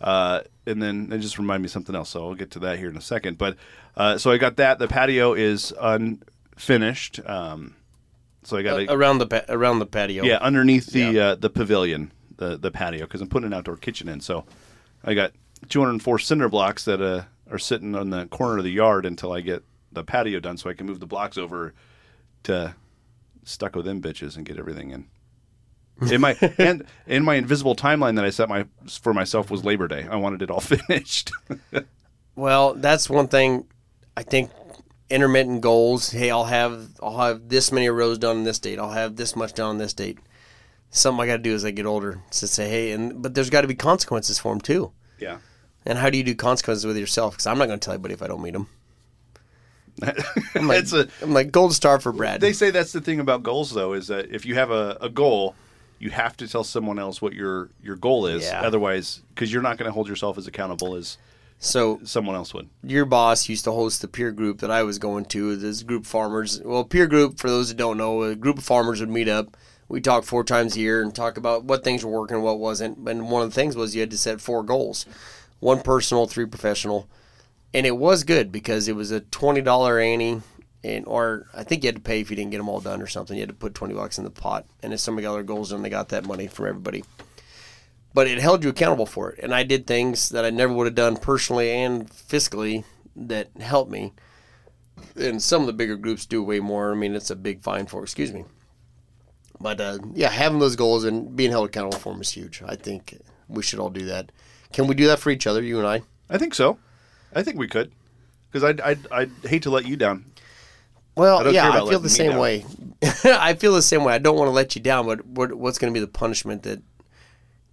Speaker 1: Uh, and then it just reminded me of something else, so I'll get to that here in a second. But uh, so I got that. The patio is unfinished. Um, so I got to
Speaker 2: around the pa- around the patio.
Speaker 1: yeah, underneath the uh, the pavilion, the the patio, because I'm putting an outdoor kitchen in. So I got 204 cinder blocks that uh, are sitting on the corner of the yard until I get the patio done, so I can move the blocks over to stucco them bitches and get everything in. In my and in my invisible timeline that I set my for myself was Labor Day. I wanted it all finished.
Speaker 2: Well, that's one thing. I think intermittent goals. Hey, I'll have I'll have this many rows done on this date. I'll have this much done on this date. Something I got to do as I get older is to say, hey, and but there's got to be consequences for them too.
Speaker 1: yeah.
Speaker 2: And how do you do consequences with yourself? Because I'm not going to tell anybody if I don't meet them. I'm like,
Speaker 1: It's a
Speaker 2: I'm like gold star for Brad.
Speaker 1: They say that's the thing about goals, though, is that if you have a, a goal, you have to tell someone else what your your goal is.
Speaker 2: Yeah.
Speaker 1: Otherwise, because you're not going to hold yourself as accountable as
Speaker 2: so
Speaker 1: someone else would.
Speaker 2: your boss used to host the peer group that I was going to. This group of farmers, well, peer group for those that don't know, a group of farmers would meet up. We talk four times a year and talk about what things were working, what wasn't. And one of the things was you had to set four goals: one personal, three professional. And it was good because it was a twenty dollar ante, and or I think you had to pay if you didn't get them all done or something. You had to put twenty bucks in the pot, and if somebody got their goals done, they got that money from everybody but it held you accountable for it. And I did things that I never would have done personally and fiscally that helped me. And some of the bigger groups do way more. I mean, it's a big fine for, excuse me. But uh, yeah, having those goals and being held accountable for them is huge. I think we should all do that. Can we do that for each other, you and I?
Speaker 1: I think so. I think we could, because I'd, I'd I'd hate to let you down.
Speaker 2: Well,
Speaker 1: I don't
Speaker 2: yeah,
Speaker 1: care about
Speaker 2: I feel
Speaker 1: letting
Speaker 2: the
Speaker 1: me
Speaker 2: same
Speaker 1: down.
Speaker 2: way. I feel the same way. I don't want to let you down, but what, what's going to be the punishment that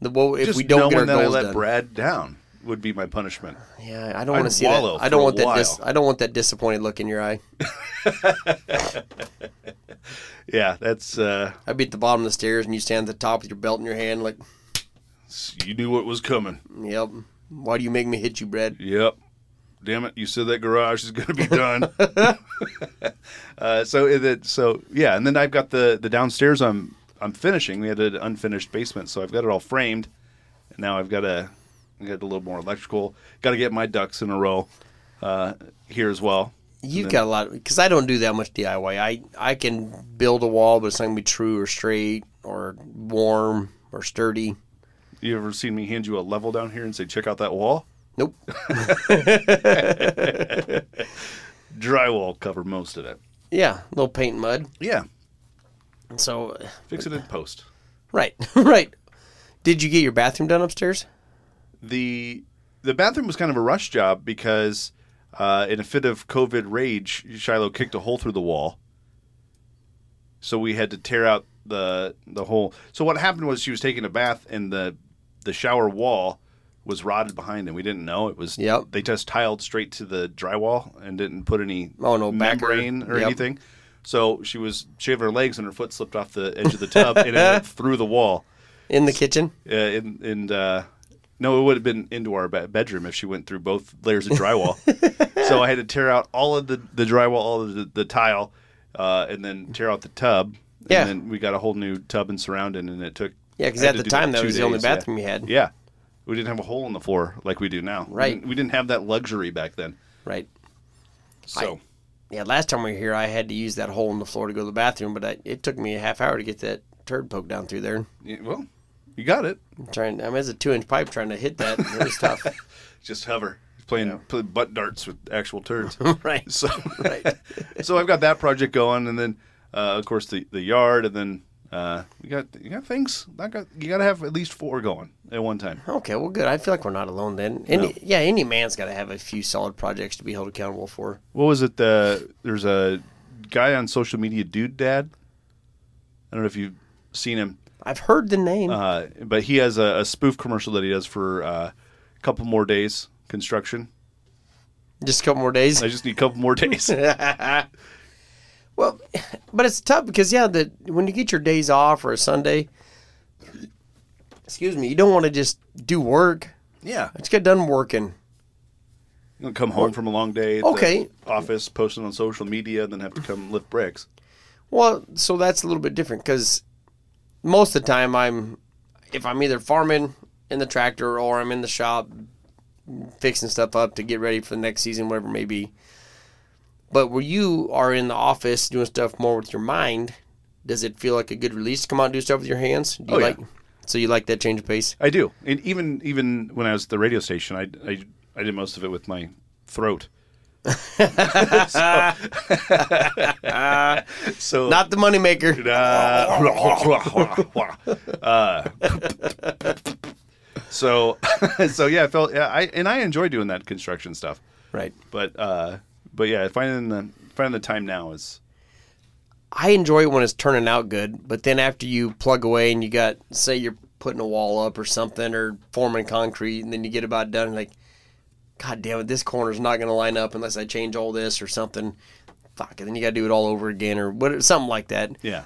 Speaker 2: the what if
Speaker 1: Just
Speaker 2: we don't
Speaker 1: knowing
Speaker 2: get our
Speaker 1: that I
Speaker 2: goals
Speaker 1: let
Speaker 2: done?
Speaker 1: Brad down would be my punishment.
Speaker 2: Yeah, I don't
Speaker 1: I'd
Speaker 2: want to see
Speaker 1: wallow
Speaker 2: that. I don't
Speaker 1: for a
Speaker 2: want that. Dis-
Speaker 1: while.
Speaker 2: I don't want that disappointed look in your eye.
Speaker 1: Yeah, that's uh,
Speaker 2: I'd be at the bottom of the stairs, and you stand at the top with your belt in your hand, like,
Speaker 1: you knew what was coming.
Speaker 2: "Yep, why do you make me hit you, Brad?"
Speaker 1: Yep. Damn it! You said that garage is going to be done. uh, so it- it, so yeah, and then I've got the the downstairs. I'm I'm finishing. We had an unfinished basement, so I've got it all framed. And now I've got a I got a little more electrical. Got to get my ducks in a row uh, here as well.
Speaker 2: You've got a lot because I don't do that much DIY. I I can build a wall, but it's not gonna be true or straight or warm or sturdy.
Speaker 1: You ever seen me hand you a level down here and say, "Check out that wall"?
Speaker 2: Nope.
Speaker 1: Drywall cover most of it.
Speaker 2: Yeah, a little paint and mud.
Speaker 1: Yeah,
Speaker 2: So,
Speaker 1: fix it in post.
Speaker 2: right, right. Did you get your bathroom done upstairs?
Speaker 1: the the bathroom was kind of a rush job because uh, in a fit of COVID rage, Shiloh kicked a hole through the wall. So we had to tear out the the hole. So what happened was she was taking a bath and the the shower wall was rotted behind and we didn't know it was
Speaker 2: Yep.
Speaker 1: they just tiled straight to the drywall and didn't put any
Speaker 2: Oh, no backer.
Speaker 1: membrane or
Speaker 2: Yep.
Speaker 1: anything. So she was she had her legs and her foot slipped off the edge of the tub and it went through the wall
Speaker 2: In the kitchen?
Speaker 1: uh, in in uh, no, it would have been into our be- bedroom if she went through both layers of drywall. so I had to tear out all of the, the drywall, all of the, the tile, uh, and then tear out the tub. And
Speaker 2: Yeah.
Speaker 1: then we got a whole new tub and surrounding, and it took.
Speaker 2: Yeah, because
Speaker 1: I had
Speaker 2: at
Speaker 1: to
Speaker 2: the
Speaker 1: do
Speaker 2: time that
Speaker 1: two
Speaker 2: was the only
Speaker 1: days, yeah.
Speaker 2: bathroom you had.
Speaker 1: Yeah. We didn't have a hole in the floor like we do now. We
Speaker 2: Right.
Speaker 1: didn't- We didn't have that luxury back then.
Speaker 2: Right.
Speaker 1: So
Speaker 2: Yeah, last time we were here, I had to use that hole in the floor to go to the bathroom, but I, it took me a half hour to get that turd poked down through there.
Speaker 1: yeah, well, you got it.
Speaker 2: I'm trying, I mean, it's a two inch pipe trying to hit that. It was tough.
Speaker 1: Just hover, playing play butt darts with actual turds.
Speaker 2: right.
Speaker 1: So,
Speaker 2: Right.
Speaker 1: so I've got that project going, and then uh, of course the, the yard, and then uh, you got you got things. I got you got to have at least four going at one time.
Speaker 2: Okay, well, good. I feel like we're not alone then. Any, Yeah, any man's got to have a few solid projects to be held accountable for.
Speaker 1: What was it? The there's a guy on social media, dude dad. I don't know if you've seen him,
Speaker 2: I've heard the name.
Speaker 1: uh, but he has a, a spoof commercial that he does for uh, a couple more days construction.
Speaker 2: Just a couple more days.
Speaker 1: I just need a couple more days.
Speaker 2: Well, but it's tough because yeah, that when you get your days off or a Sunday, excuse me, you don't want to just do work.
Speaker 1: yeah,
Speaker 2: I just got done working.
Speaker 1: You don't come home from a long day. At the
Speaker 2: Okay.
Speaker 1: office posting on social media, and then have to come lift bricks.
Speaker 2: Well, so that's a little bit different because most of the time I'm, if I'm either farming in the tractor or I'm in the shop fixing stuff up to get ready for the next season, whatever it may be. But where you are in the office doing stuff more with your mind, does it feel like a good release to come out and do stuff with your hands? Do you
Speaker 1: Oh, yeah.
Speaker 2: like So you like that change of pace?
Speaker 1: I do, and even even when I was at the radio station, I I, I did most of it with my throat. so, so
Speaker 2: Not the moneymaker.
Speaker 1: uh, so so yeah, I felt yeah, I and I enjoy doing that construction stuff,
Speaker 2: Right.
Speaker 1: but uh, but yeah, finding the finding the time now is
Speaker 2: I enjoy it when it's turning out good, but then after you plug away and you got, say, you're putting a wall up or something or forming concrete, and then you get about done, like, God damn it, this corner's not going to line up unless I change all this or something. Fuck, and then you got to do it all over again or what, something like that.
Speaker 1: yeah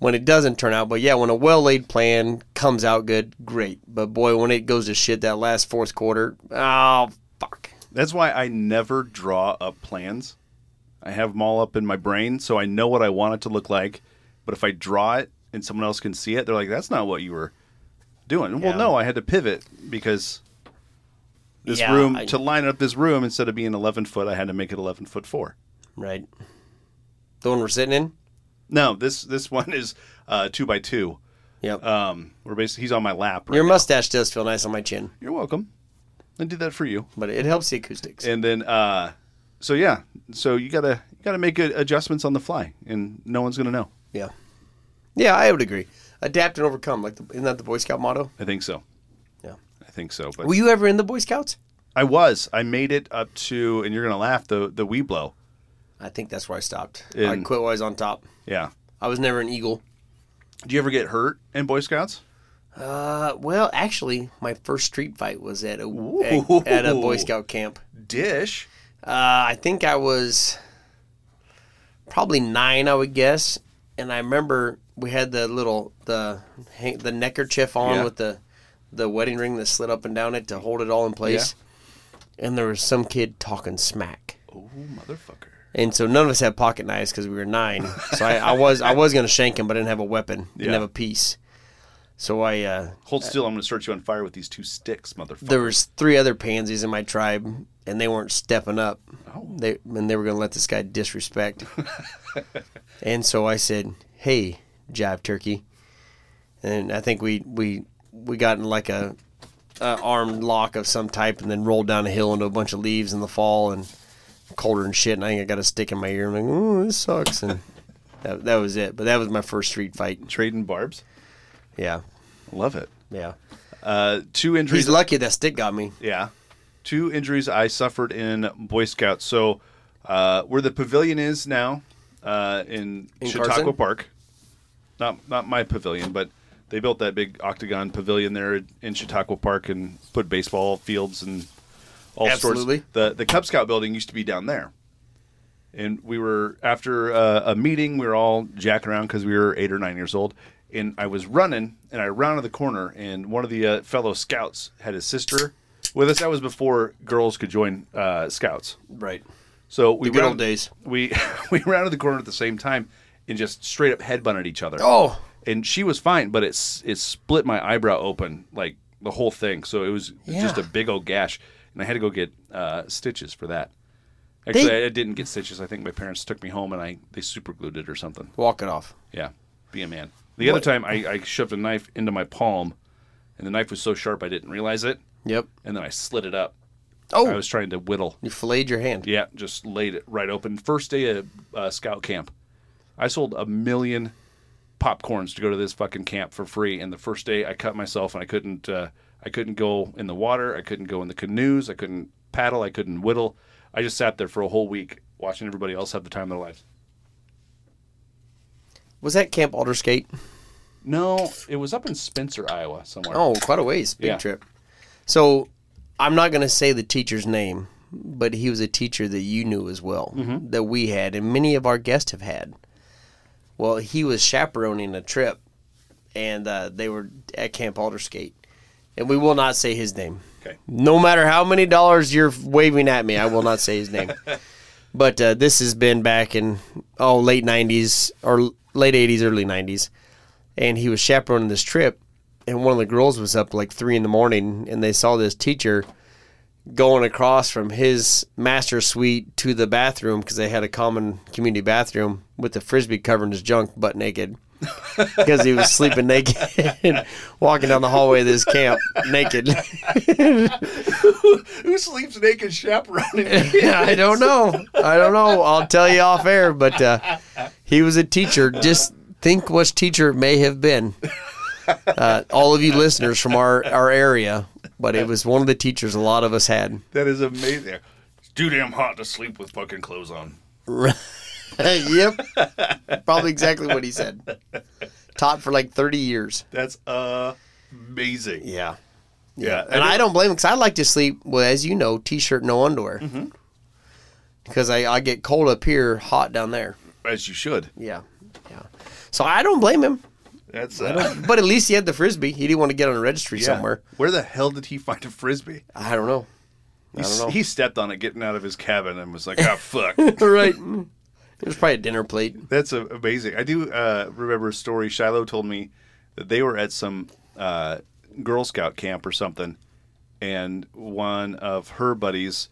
Speaker 2: When it doesn't turn out, but yeah, when a well laid plan comes out good, great. But boy, when it goes to shit that last fourth quarter, oh, fuck.
Speaker 1: That's why I never draw up plans. I have them all up in my brain, so I know what I want it to look like. But if I draw it and someone else can see it, they're like, "That's not what you were doing."
Speaker 2: Yeah.
Speaker 1: Well, no, I had to pivot because this
Speaker 2: Yeah,
Speaker 1: room
Speaker 2: I-
Speaker 1: to line up this room instead of being eleven foot, I had to make it eleven foot four.
Speaker 2: Right. The one we're sitting in?
Speaker 1: No, this this one is uh, two by two.
Speaker 2: Yep.
Speaker 1: Um, we're basically he's on my lap. Right?
Speaker 2: Your mustache does feel nice on my chin.
Speaker 1: You're welcome. I did that for you.
Speaker 2: but it helps the acoustics.
Speaker 1: and then uh so yeah so you gotta you gotta make good adjustments on the fly and no one's gonna know
Speaker 2: yeah, yeah, I would agree. Adapt and overcome. Like, the, isn't that the Boy Scout motto?
Speaker 1: i think so
Speaker 2: Yeah.
Speaker 1: i think so but
Speaker 2: Were you ever in the Boy Scouts?
Speaker 1: i was i made it up to and you're gonna laugh the the wee blow
Speaker 2: I think that's where I stopped. I
Speaker 1: In-
Speaker 2: quit while I was on top.
Speaker 1: yeah
Speaker 2: I was never an eagle.
Speaker 1: do you ever get hurt in boy scouts
Speaker 2: Uh, well, actually, my first street fight was at a at, at a Boy
Speaker 1: Ooh.
Speaker 2: Scout camp.
Speaker 1: dish
Speaker 2: Uh, I think I was probably nine, I would guess. And I remember we had the little the hang- the neckerchief on
Speaker 1: Yeah.
Speaker 2: with the the wedding ring that slid up and down it to hold it all in place. And there was some kid talking smack.
Speaker 1: oh motherfucker
Speaker 2: And so none of us had pocket knives because we were nine. So I, I was I was gonna shank him, but I didn't have a weapon. Didn't
Speaker 1: Yeah.
Speaker 2: have a piece. So I uh,
Speaker 1: hold still i'm gonna start you on fire with these two sticks motherfucker
Speaker 2: there was three other pansies in my tribe, and they weren't stepping up.
Speaker 1: Oh.
Speaker 2: They and they were going to let this guy disrespect. and so I said, "Hey, jive turkey," and I think we we we got in like a, a armed lock of some type, and then rolled down a hill into a bunch of leaves in the fall and colder and shit. And I think I got a stick in my ear. I'm like, "Oh, this sucks." And that that was it. But that was my first street fight.
Speaker 1: trading barbs
Speaker 2: Yeah,
Speaker 1: love it
Speaker 2: yeah.
Speaker 1: uh two injuries
Speaker 2: He's lucky that stick got me.
Speaker 1: Yeah. Two injuries I suffered in Boy Scouts. So, uh, where the pavilion is now uh, in,
Speaker 2: In
Speaker 1: Chautauqua
Speaker 2: Carson?
Speaker 1: Park, not not my pavilion, but they built that big octagon pavilion there in Chautauqua Park and put baseball fields and all
Speaker 2: Absolutely.
Speaker 1: sorts. The the Cub Scout building used to be down there, and we were after uh, a meeting. We were all jacking around because we were eight or nine years old. And I was running, and I rounded the corner, and one of the uh, fellow scouts had his sister with us. That was before girls could join uh, scouts.
Speaker 2: Right.
Speaker 1: So we
Speaker 2: The good old
Speaker 1: round-
Speaker 2: days.
Speaker 1: We we rounded the corner at the same time and just straight up headbutted each other.
Speaker 2: Oh.
Speaker 1: and she was fine, but it's it split my eyebrow open like the whole thing. So it was just a
Speaker 2: Yeah.
Speaker 1: big old gash, and I had to go get uh, stitches for that. Actually,
Speaker 2: They-
Speaker 1: I didn't get stitches. I think my parents took me home and I they super glued it or something.
Speaker 2: Walk it off.
Speaker 1: Yeah, be a man. The other time, I, I shoved a knife into my palm, and the knife was so sharp I didn't realize it,
Speaker 2: Yep.
Speaker 1: and then I slid it up.
Speaker 2: Oh.
Speaker 1: I was trying to whittle.
Speaker 2: You filleted your hand.
Speaker 1: Yeah, just laid it right open. First day of uh, scout camp, I sold a million popcorns to go to this fucking camp for free. And the first day, I cut myself, and I couldn't. Uh, I couldn't go in the water. I couldn't go in the canoes. I couldn't paddle. I couldn't whittle. I just sat there for a whole week watching everybody else have the time of their lives.
Speaker 2: Was that Camp Alderskate?
Speaker 1: No, it was up in Spencer, Iowa, somewhere.
Speaker 2: Oh, quite a ways. Big
Speaker 1: Yeah.
Speaker 2: trip. So I'm not going to say the teacher's name, but he was a teacher that you knew as well, that we had, and many of our guests have had. Well, he was chaperoning a trip, and uh, they were at Camp Alderskate. And we will not say his name.
Speaker 1: Okay.
Speaker 2: No matter how many dollars you're waving at me, I will not say his name. but uh, this has been back in oh late '90s or late 80s, early 90s. And he was chaperoning this trip. And one of the girls was up like three in the morning and they saw this teacher going across from his master suite to the bathroom because they had a common community bathroom with the frisbee covering his junk butt naked because he was sleeping naked and walking down the hallway of this camp naked.
Speaker 1: Who sleeps naked chaperoning?
Speaker 2: I don't know. I don't know. I'll tell you off air, but uh, he was a teacher. Just think what teacher it may have been. Uh, all of you listeners from our, our area, but it was one of the teachers a lot of us had.
Speaker 1: that is amazing. It's too damn hot to sleep with fucking clothes on.
Speaker 2: yep. Probably exactly what he said. Taught for like 30 years.
Speaker 1: That's amazing.
Speaker 2: Yeah.
Speaker 1: Yeah,
Speaker 2: And I don't blame him because I like to sleep, well, as you know, t shirt, no underwear. Because I, I get cold up here, hot down there.
Speaker 1: as you should.
Speaker 2: Yeah. Yeah. So I don't blame him.
Speaker 1: That's uh,
Speaker 2: But at least he had the frisbee. He didn't want to get on a registry
Speaker 1: yeah.
Speaker 2: somewhere.
Speaker 1: Where the hell did he find a frisbee?
Speaker 2: I don't know. I don't know.
Speaker 1: He stepped on it getting out of his cabin and was like, "Ah, fuck."
Speaker 2: right. It was probably a dinner plate.
Speaker 1: That's a, amazing. I do uh, remember a story Shiloh told me that they were at some uh, Girl Scout camp or something, and one of her buddies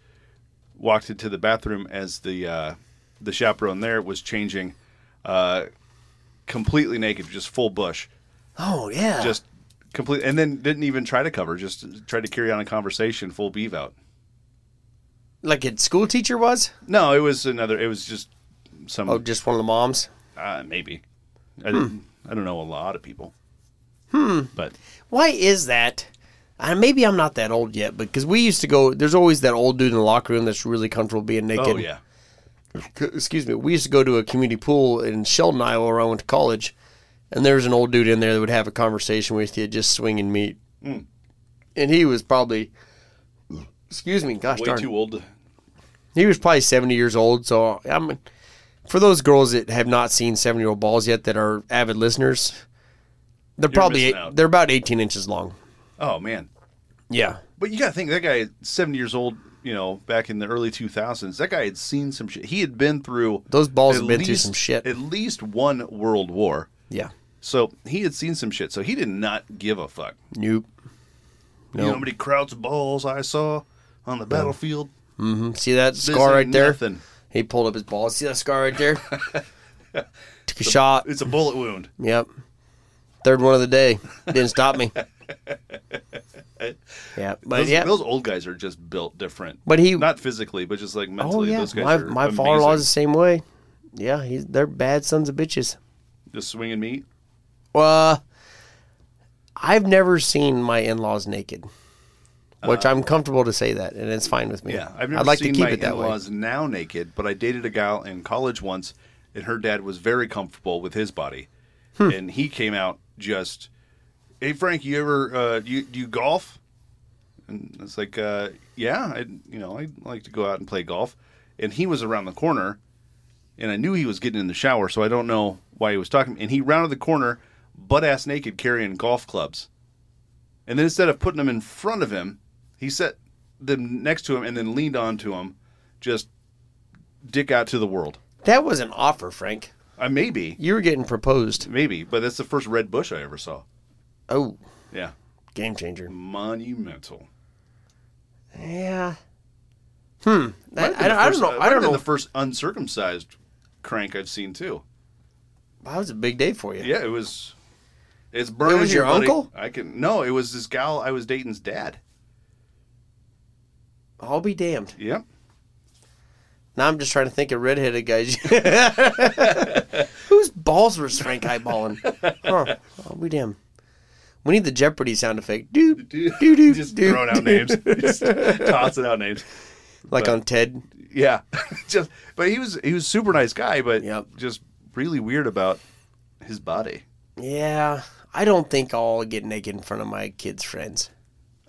Speaker 1: walked into the bathroom as the uh, the chaperone there was changing, uh, completely naked, just full bush,
Speaker 2: Oh, yeah.
Speaker 1: just complete, and then didn't even try to cover, just tried to carry on a conversation, full beave out.
Speaker 2: like a school teacher was?
Speaker 1: No, it was another. It was just some
Speaker 2: Oh, Hmm. just one of the moms.
Speaker 1: uh, maybe. I, didn't, I don't know a lot of people. Hmm. But
Speaker 2: Why is that? I, maybe I'm not that old yet, but because we used to go, there's always that old dude in the locker room that's really comfortable being naked.
Speaker 1: oh yeah,
Speaker 2: C- Excuse me. We used to go to a community pool in Sheldon, Iowa, where I went to college, and there was an old dude in there that would have a conversation with you, just swinging meat,
Speaker 1: Mm.
Speaker 2: and he was probably, excuse me, gosh
Speaker 1: way
Speaker 2: darn,
Speaker 1: too old. to-
Speaker 2: he was probably 70 years old. So I'm for those girls that have not seen 7 year old balls yet that are avid listeners, they're probably
Speaker 1: missing out.
Speaker 2: they're about 18 inches long.
Speaker 1: Oh man,
Speaker 2: Yeah.
Speaker 1: but you gotta think that guy, seventy years old. You know, back in the early two thousands, that guy had seen some shit. He had been through
Speaker 2: Those balls
Speaker 1: at
Speaker 2: have been through some shit.
Speaker 1: At least one world war.
Speaker 2: Yeah.
Speaker 1: So he had seen some shit. So he did not give a fuck.
Speaker 2: Nope.
Speaker 1: You know how many crowds of balls I saw on the battlefield.
Speaker 2: Mm, See that
Speaker 1: This
Speaker 2: scar right
Speaker 1: ain't
Speaker 2: there?
Speaker 1: nothing.
Speaker 2: He pulled up his balls. See that scar right there? Took a shot.
Speaker 1: It's a bullet wound.
Speaker 2: Yep. Third one of the day. Didn't stop me. yeah. But
Speaker 1: Those,
Speaker 2: yeah.
Speaker 1: those old guys are just built different.
Speaker 2: But he-
Speaker 1: not physically, but just like
Speaker 2: oh
Speaker 1: mentally.
Speaker 2: yeah.
Speaker 1: Those guys
Speaker 2: My
Speaker 1: are
Speaker 2: my
Speaker 1: amazing.
Speaker 2: father in law's the same way. Yeah, he's they're bad sons of bitches.
Speaker 1: just swinging meat.
Speaker 2: Uh I've never seen my in laws naked. Which I'm comfortable to say that and it's fine with me.
Speaker 1: Uh, Yeah, I've never
Speaker 2: would like
Speaker 1: seen
Speaker 2: to keep
Speaker 1: my
Speaker 2: it that way.
Speaker 1: in-laws now naked, but I dated a gal in college once, and her dad was very comfortable with his body,
Speaker 2: Hmm.
Speaker 1: and he came out just, "Hey Frank, you ever uh, do you do you golf?" And it's like, uh, "Yeah, I you know I like to go out and play golf," and he was around the corner, and I knew he was getting in the shower, so I don't know why he was talking. And he rounded the corner, butt ass naked, carrying golf clubs. And then instead of putting them in front of him, he set them next to him and then leaned onto him, just dick out to the world.
Speaker 2: That was an offer, Frank.
Speaker 1: I maybe,
Speaker 2: You were getting proposed.
Speaker 1: maybe, but that's the first red bush I ever saw.
Speaker 2: Oh,
Speaker 1: Yeah,
Speaker 2: game changer.
Speaker 1: monumental.
Speaker 2: Yeah. Hmm.
Speaker 1: Might have
Speaker 2: I,
Speaker 1: been
Speaker 2: I don't,
Speaker 1: the
Speaker 2: I
Speaker 1: first-
Speaker 2: don't know.
Speaker 1: uh, might
Speaker 2: I
Speaker 1: have
Speaker 2: don't
Speaker 1: been
Speaker 2: know.
Speaker 1: The first uncircumcised crank I've seen too.
Speaker 2: that was a big day for you.
Speaker 1: Yeah, it was. It's burning.
Speaker 2: was
Speaker 1: here,
Speaker 2: your
Speaker 1: buddy.
Speaker 2: uncle?
Speaker 1: I can no. It was this gal I was dating's dad.
Speaker 2: I'll be damned.
Speaker 1: Yep.
Speaker 2: Now I'm just trying to think of redheaded guys. Whose balls was Frank eyeballing? Huh. I'll be damned. We need the Jeopardy sound effect. Doop, doop, doop,
Speaker 1: just
Speaker 2: doop,
Speaker 1: throwing out names, just tossing out names.
Speaker 2: Like on Ted.
Speaker 1: Yeah, just but he was he was a super nice guy, but
Speaker 2: Yep.
Speaker 1: just really weird about his body.
Speaker 2: Yeah. I don't think I'll get naked in front of my kids' friends.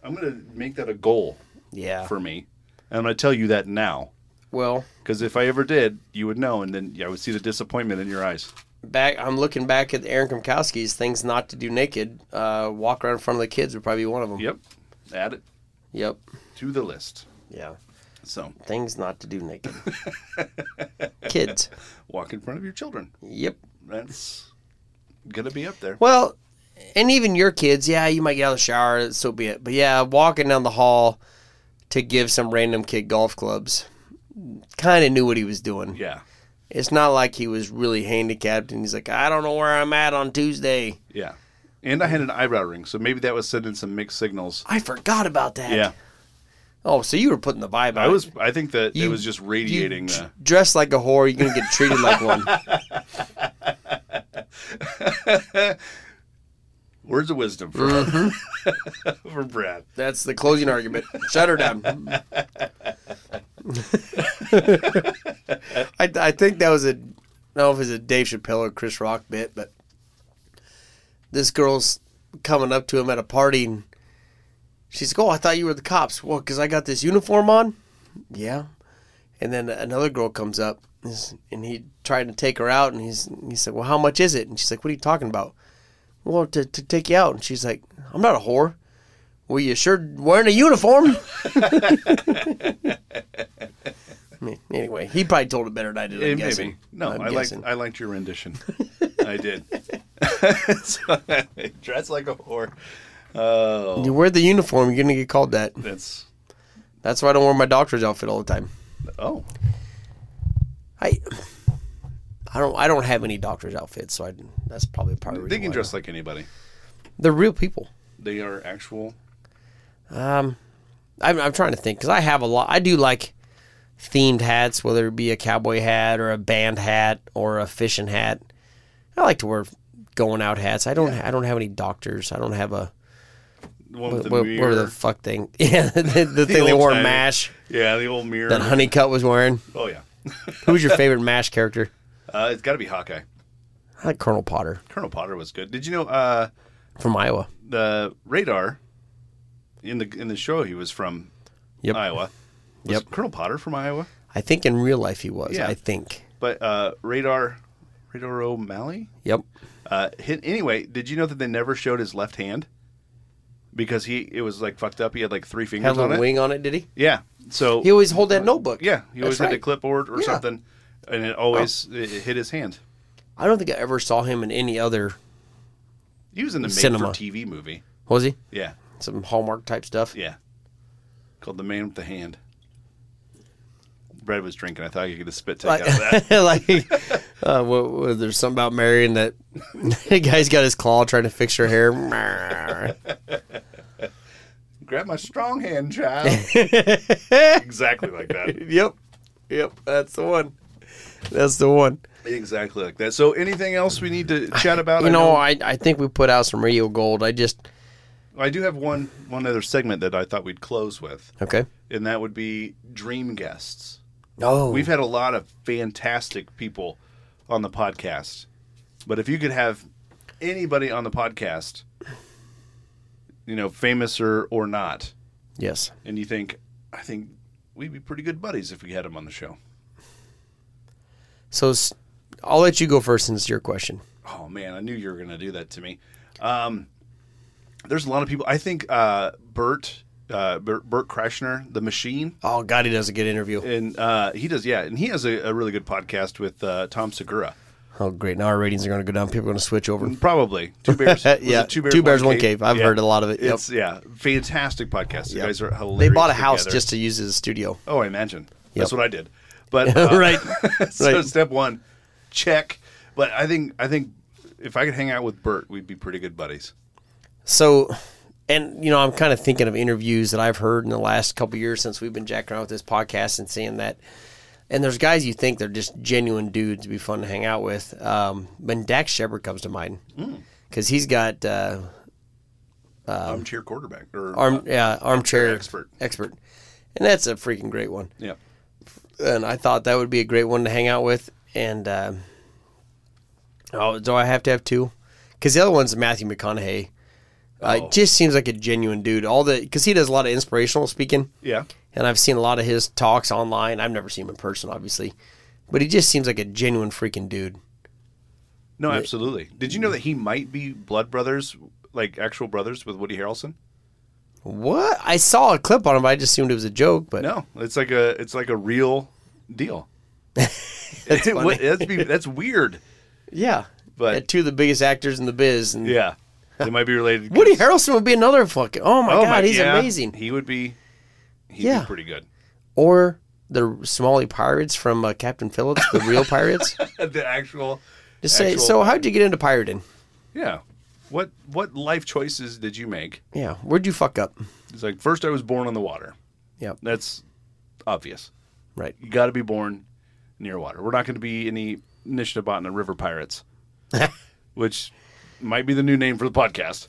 Speaker 1: I'm gonna make that a goal
Speaker 2: Yeah.
Speaker 1: for me, and I'm gonna tell you that now
Speaker 2: well,
Speaker 1: because if I ever did, you would know, and then yeah, I would see the disappointment in your eyes.
Speaker 2: back I'm looking back at Aaron Kromkowski's things not to do naked. Uh, walk around in front of the kids would probably be one of them.
Speaker 1: Yep, add it
Speaker 2: Yep.
Speaker 1: to the list.
Speaker 2: Yeah.
Speaker 1: So
Speaker 2: Things not to do naked. Kids.
Speaker 1: walk in front of your children.
Speaker 2: Yep.
Speaker 1: that's gonna be up there.
Speaker 2: Well, and even your kids, yeah, you might get out of the shower, so be it. But yeah, walking down the hall to give some random kid golf clubs, kind of knew what he was doing.
Speaker 1: Yeah,
Speaker 2: It's not like he was really handicapped and he's like, I don't know where I'm at on Tuesday.
Speaker 1: yeah. And I had an eyebrow ring, so maybe that was sending some mixed signals.
Speaker 2: I forgot about that.
Speaker 1: Yeah,
Speaker 2: Oh, so you were putting the vibe out.
Speaker 1: I was. I think that it
Speaker 2: You-
Speaker 1: was just
Speaker 2: You
Speaker 1: radiating.
Speaker 2: d-
Speaker 1: the,
Speaker 2: dressed like a whore, you're gonna get treated like one.
Speaker 1: Words of wisdom from,
Speaker 2: Mm.
Speaker 1: from Brad.
Speaker 2: That's the closing argument. Shut her down. I, I think that was a, I don't know if it was a Dave Chappelle or Chris Rock bit, but this girl's coming up to him at a party and she's like, Oh, I thought you were the cops. Well, because I got this uniform on. Yeah. And then another girl comes up is- and he tried to take her out and he's, he said, Well, how much is it? And she's like, What are you talking about? Well, to, to take you out. And she's like, I'm not a whore. Well, you sure wearing a uniform. I mean, anyway, he probably told it better than I did. I'm
Speaker 1: Eh,
Speaker 2: guessing.
Speaker 1: maybe. No,
Speaker 2: I'm
Speaker 1: i liked
Speaker 2: guessing.
Speaker 1: I liked your rendition. I did. so, dress like a whore. Oh,
Speaker 2: You wear the uniform, you're gonna get called that.
Speaker 1: that's
Speaker 2: That's why I don't wear my doctor's outfit all the time.
Speaker 1: oh
Speaker 2: I, I don't, I don't have any doctor's outfits, so I, that's probably part of the
Speaker 1: they
Speaker 2: reason
Speaker 1: can
Speaker 2: why.
Speaker 1: dress like anybody.
Speaker 2: They're real people.
Speaker 1: They are actual.
Speaker 2: Um, I'm, I'm trying to think because I have a lot. I do like themed hats, whether it be a cowboy hat or a band hat or a fishing hat. I like to wear going out hats. I don't. I don't have any doctors. I don't have a
Speaker 1: The one with
Speaker 2: what,
Speaker 1: the
Speaker 2: what,
Speaker 1: mirror.
Speaker 2: the fuck thing. Yeah, the, the, thing they
Speaker 1: old
Speaker 2: wore in
Speaker 1: timey.
Speaker 2: Mash
Speaker 1: yeah, the old mirror.
Speaker 2: that Honeycutt was wearing.
Speaker 1: oh yeah,
Speaker 2: Who's your favorite Mash character?
Speaker 1: uh, it's got to be Hawkeye.
Speaker 2: I like Colonel Potter
Speaker 1: Colonel Potter was good. Did you know uh,
Speaker 2: from Iowa.
Speaker 1: the radar in the in the show he was from
Speaker 2: Yep.
Speaker 1: Iowa? Was
Speaker 2: Yep.
Speaker 1: Colonel Potter from Iowa?
Speaker 2: I think in real life he was.
Speaker 1: Yeah.
Speaker 2: I think.
Speaker 1: But uh, radar, radar O'Malley.
Speaker 2: Yep.
Speaker 1: Uh, hit, anyway, did you know that they never showed his left hand because he it was like fucked up. He had like three
Speaker 2: Had
Speaker 1: fingers
Speaker 2: a
Speaker 1: on
Speaker 2: little
Speaker 1: it.
Speaker 2: wing on it, did he?
Speaker 1: Yeah, so
Speaker 2: He always hold that notebook.
Speaker 1: yeah, he always
Speaker 2: That's
Speaker 1: had a
Speaker 2: right.
Speaker 1: clipboard or
Speaker 2: Yeah. Oh.
Speaker 1: something, and it always it, it hit his hand.
Speaker 2: I don't think I ever saw him in any other.
Speaker 1: He was in the
Speaker 2: Cinema.
Speaker 1: made-for-TV movie.
Speaker 2: Was he?
Speaker 1: Yeah,
Speaker 2: Some Hallmark type stuff.
Speaker 1: yeah, called the man with the hand. Brad was drinking. I thought you could have spit take out of that.
Speaker 2: Like, like uh, what, what- there's something about Marion that the guy's got his claw trying to fix her hair.
Speaker 1: Grab my strong hand, child. exactly like that.
Speaker 2: yep, yep, that's the one. That's the one.
Speaker 1: Exactly like that. So, anything else we need to chat about?
Speaker 2: You
Speaker 1: I
Speaker 2: know, I, I think we put out some radio gold. I just
Speaker 1: I do have one one other segment that I thought we'd close with,
Speaker 2: okay.
Speaker 1: and that would be dream guests.
Speaker 2: Oh,
Speaker 1: We've had a lot of fantastic people on the podcast, but if you could have anybody on the podcast, you know, famous or or not,
Speaker 2: yes.
Speaker 1: and you think, I think we'd be pretty good buddies if we had him on the show.
Speaker 2: So s- I'll let you go first since it's your question.
Speaker 1: Oh man, I knew you were gonna do that to me. Um, there's a lot of people. I think uh, Bert, uh, Bert, Bert Kreschner, the Machine.
Speaker 2: Oh God, he does a good interview.
Speaker 1: and uh, he does yeah and he has a, a really good podcast with uh, tom segura
Speaker 2: Oh great, now our ratings are going to go down. People are going to switch over.
Speaker 1: probably two bears Was
Speaker 2: yeah,
Speaker 1: it two bears,
Speaker 2: one cave. I've
Speaker 1: Yeah.
Speaker 2: heard a lot of it. Yep.
Speaker 1: it's yeah fantastic podcast you
Speaker 2: Yep.
Speaker 1: guys are hilarious
Speaker 2: They bought a house
Speaker 1: together.
Speaker 2: just to use as a studio.
Speaker 1: oh i imagine that's
Speaker 2: Yep.
Speaker 1: what i did but uh,
Speaker 2: Right.
Speaker 1: so
Speaker 2: Right.
Speaker 1: step one check but i think i think if i could hang out with bert we'd be pretty good buddies
Speaker 2: So, and you know, I'm kind of thinking of interviews that I've heard in the last couple years since we've been jacking around with this podcast and seeing that. And there's guys you think they're just genuine dudes, be fun to hang out with. Um, but Dax Shepard comes to mind
Speaker 1: Hmm.
Speaker 2: because he's got uh, Um,
Speaker 1: i'm tier quarterback or
Speaker 2: arm, yeah, armchair
Speaker 1: expert.
Speaker 2: expert, and that's a freaking great one.
Speaker 1: yeah
Speaker 2: and I thought that would be a great one to hang out with. And um oh, do I have to have two? Because the other one's Matthew McConaughey. Uh,
Speaker 1: Oh.
Speaker 2: Just seems like a genuine dude. All the because he does a lot of inspirational speaking,
Speaker 1: yeah
Speaker 2: and I've seen a lot of his talks online. I've never seen him in person, obviously, but he just seems like a genuine freaking dude.
Speaker 1: no absolutely did you know that he might be blood brothers like actual brothers with woody harrelson
Speaker 2: What I saw a clip on him, I just assumed it was a joke, but
Speaker 1: No, it's like a it's like a real deal. that's,
Speaker 2: funny.
Speaker 1: that's, be, that's weird.
Speaker 2: Yeah.
Speaker 1: But-
Speaker 2: Had two of the biggest actors in the biz. And
Speaker 1: Yeah, they might be related. 'cause-
Speaker 2: Woody Harrelson would be another fucking. Oh my
Speaker 1: Oh
Speaker 2: god, he's
Speaker 1: yeah,
Speaker 2: amazing.
Speaker 1: He would be. He'd
Speaker 2: Yeah.
Speaker 1: be pretty good.
Speaker 2: Or the Somali pirates from uh, Captain Phillips, the real pirates.
Speaker 1: the actual.
Speaker 2: Just say.
Speaker 1: Actual-
Speaker 2: So how'd you get into pirating?
Speaker 1: Yeah. What what life choices did you make?
Speaker 2: Yeah. Where'd you fuck up?
Speaker 1: It's like first I was born on the water.
Speaker 2: Yep.
Speaker 1: That's obvious.
Speaker 2: Right.
Speaker 1: You got to be born near water. We're not going to be any Nishnabotna river pirates, which might be the new name for the podcast.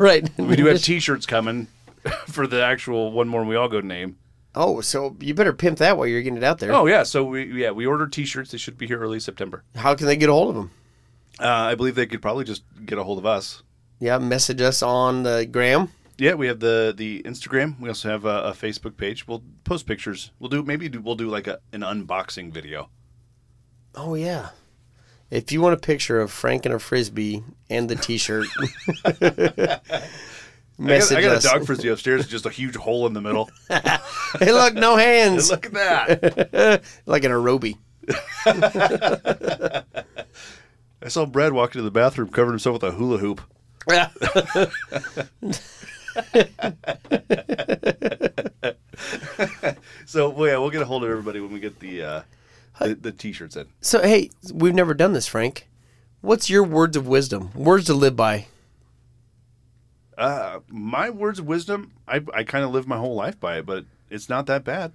Speaker 2: right.
Speaker 1: We do have T-shirts coming for the actual one more. and We all go name.
Speaker 2: Oh, so you better pimp that while you're getting it out there.
Speaker 1: Oh yeah, so we yeah we ordered T-shirts. They should be here early September.
Speaker 2: How can they get a hold of him?
Speaker 1: Uh, I believe they could probably just get a hold of us.
Speaker 2: Yeah, message us on the gram.
Speaker 1: Yeah, we have the the Instagram. We also have a, a Facebook page. We'll post pictures. We'll do maybe do, we'll do like a, an unboxing video.
Speaker 2: Oh yeah. If you want a picture of Frank and a frisbee and the T-shirt,
Speaker 1: I got,
Speaker 2: message
Speaker 1: I got a
Speaker 2: us.
Speaker 1: dog frisbee upstairs, just a huge hole in the middle.
Speaker 2: hey, look, no hands,
Speaker 1: Look at that!
Speaker 2: like an aerobie.
Speaker 1: I saw Brad walk into the bathroom, covered himself with a hula hoop. So well, yeah, we'll get a hold of everybody when we get the uh, the, the t-shirts in.
Speaker 2: so hey, we've never done this, Frank. What's your words of wisdom? Words to live by.
Speaker 1: Uh, my words of wisdom, I I kind of live my whole life by it, but it's not that bad.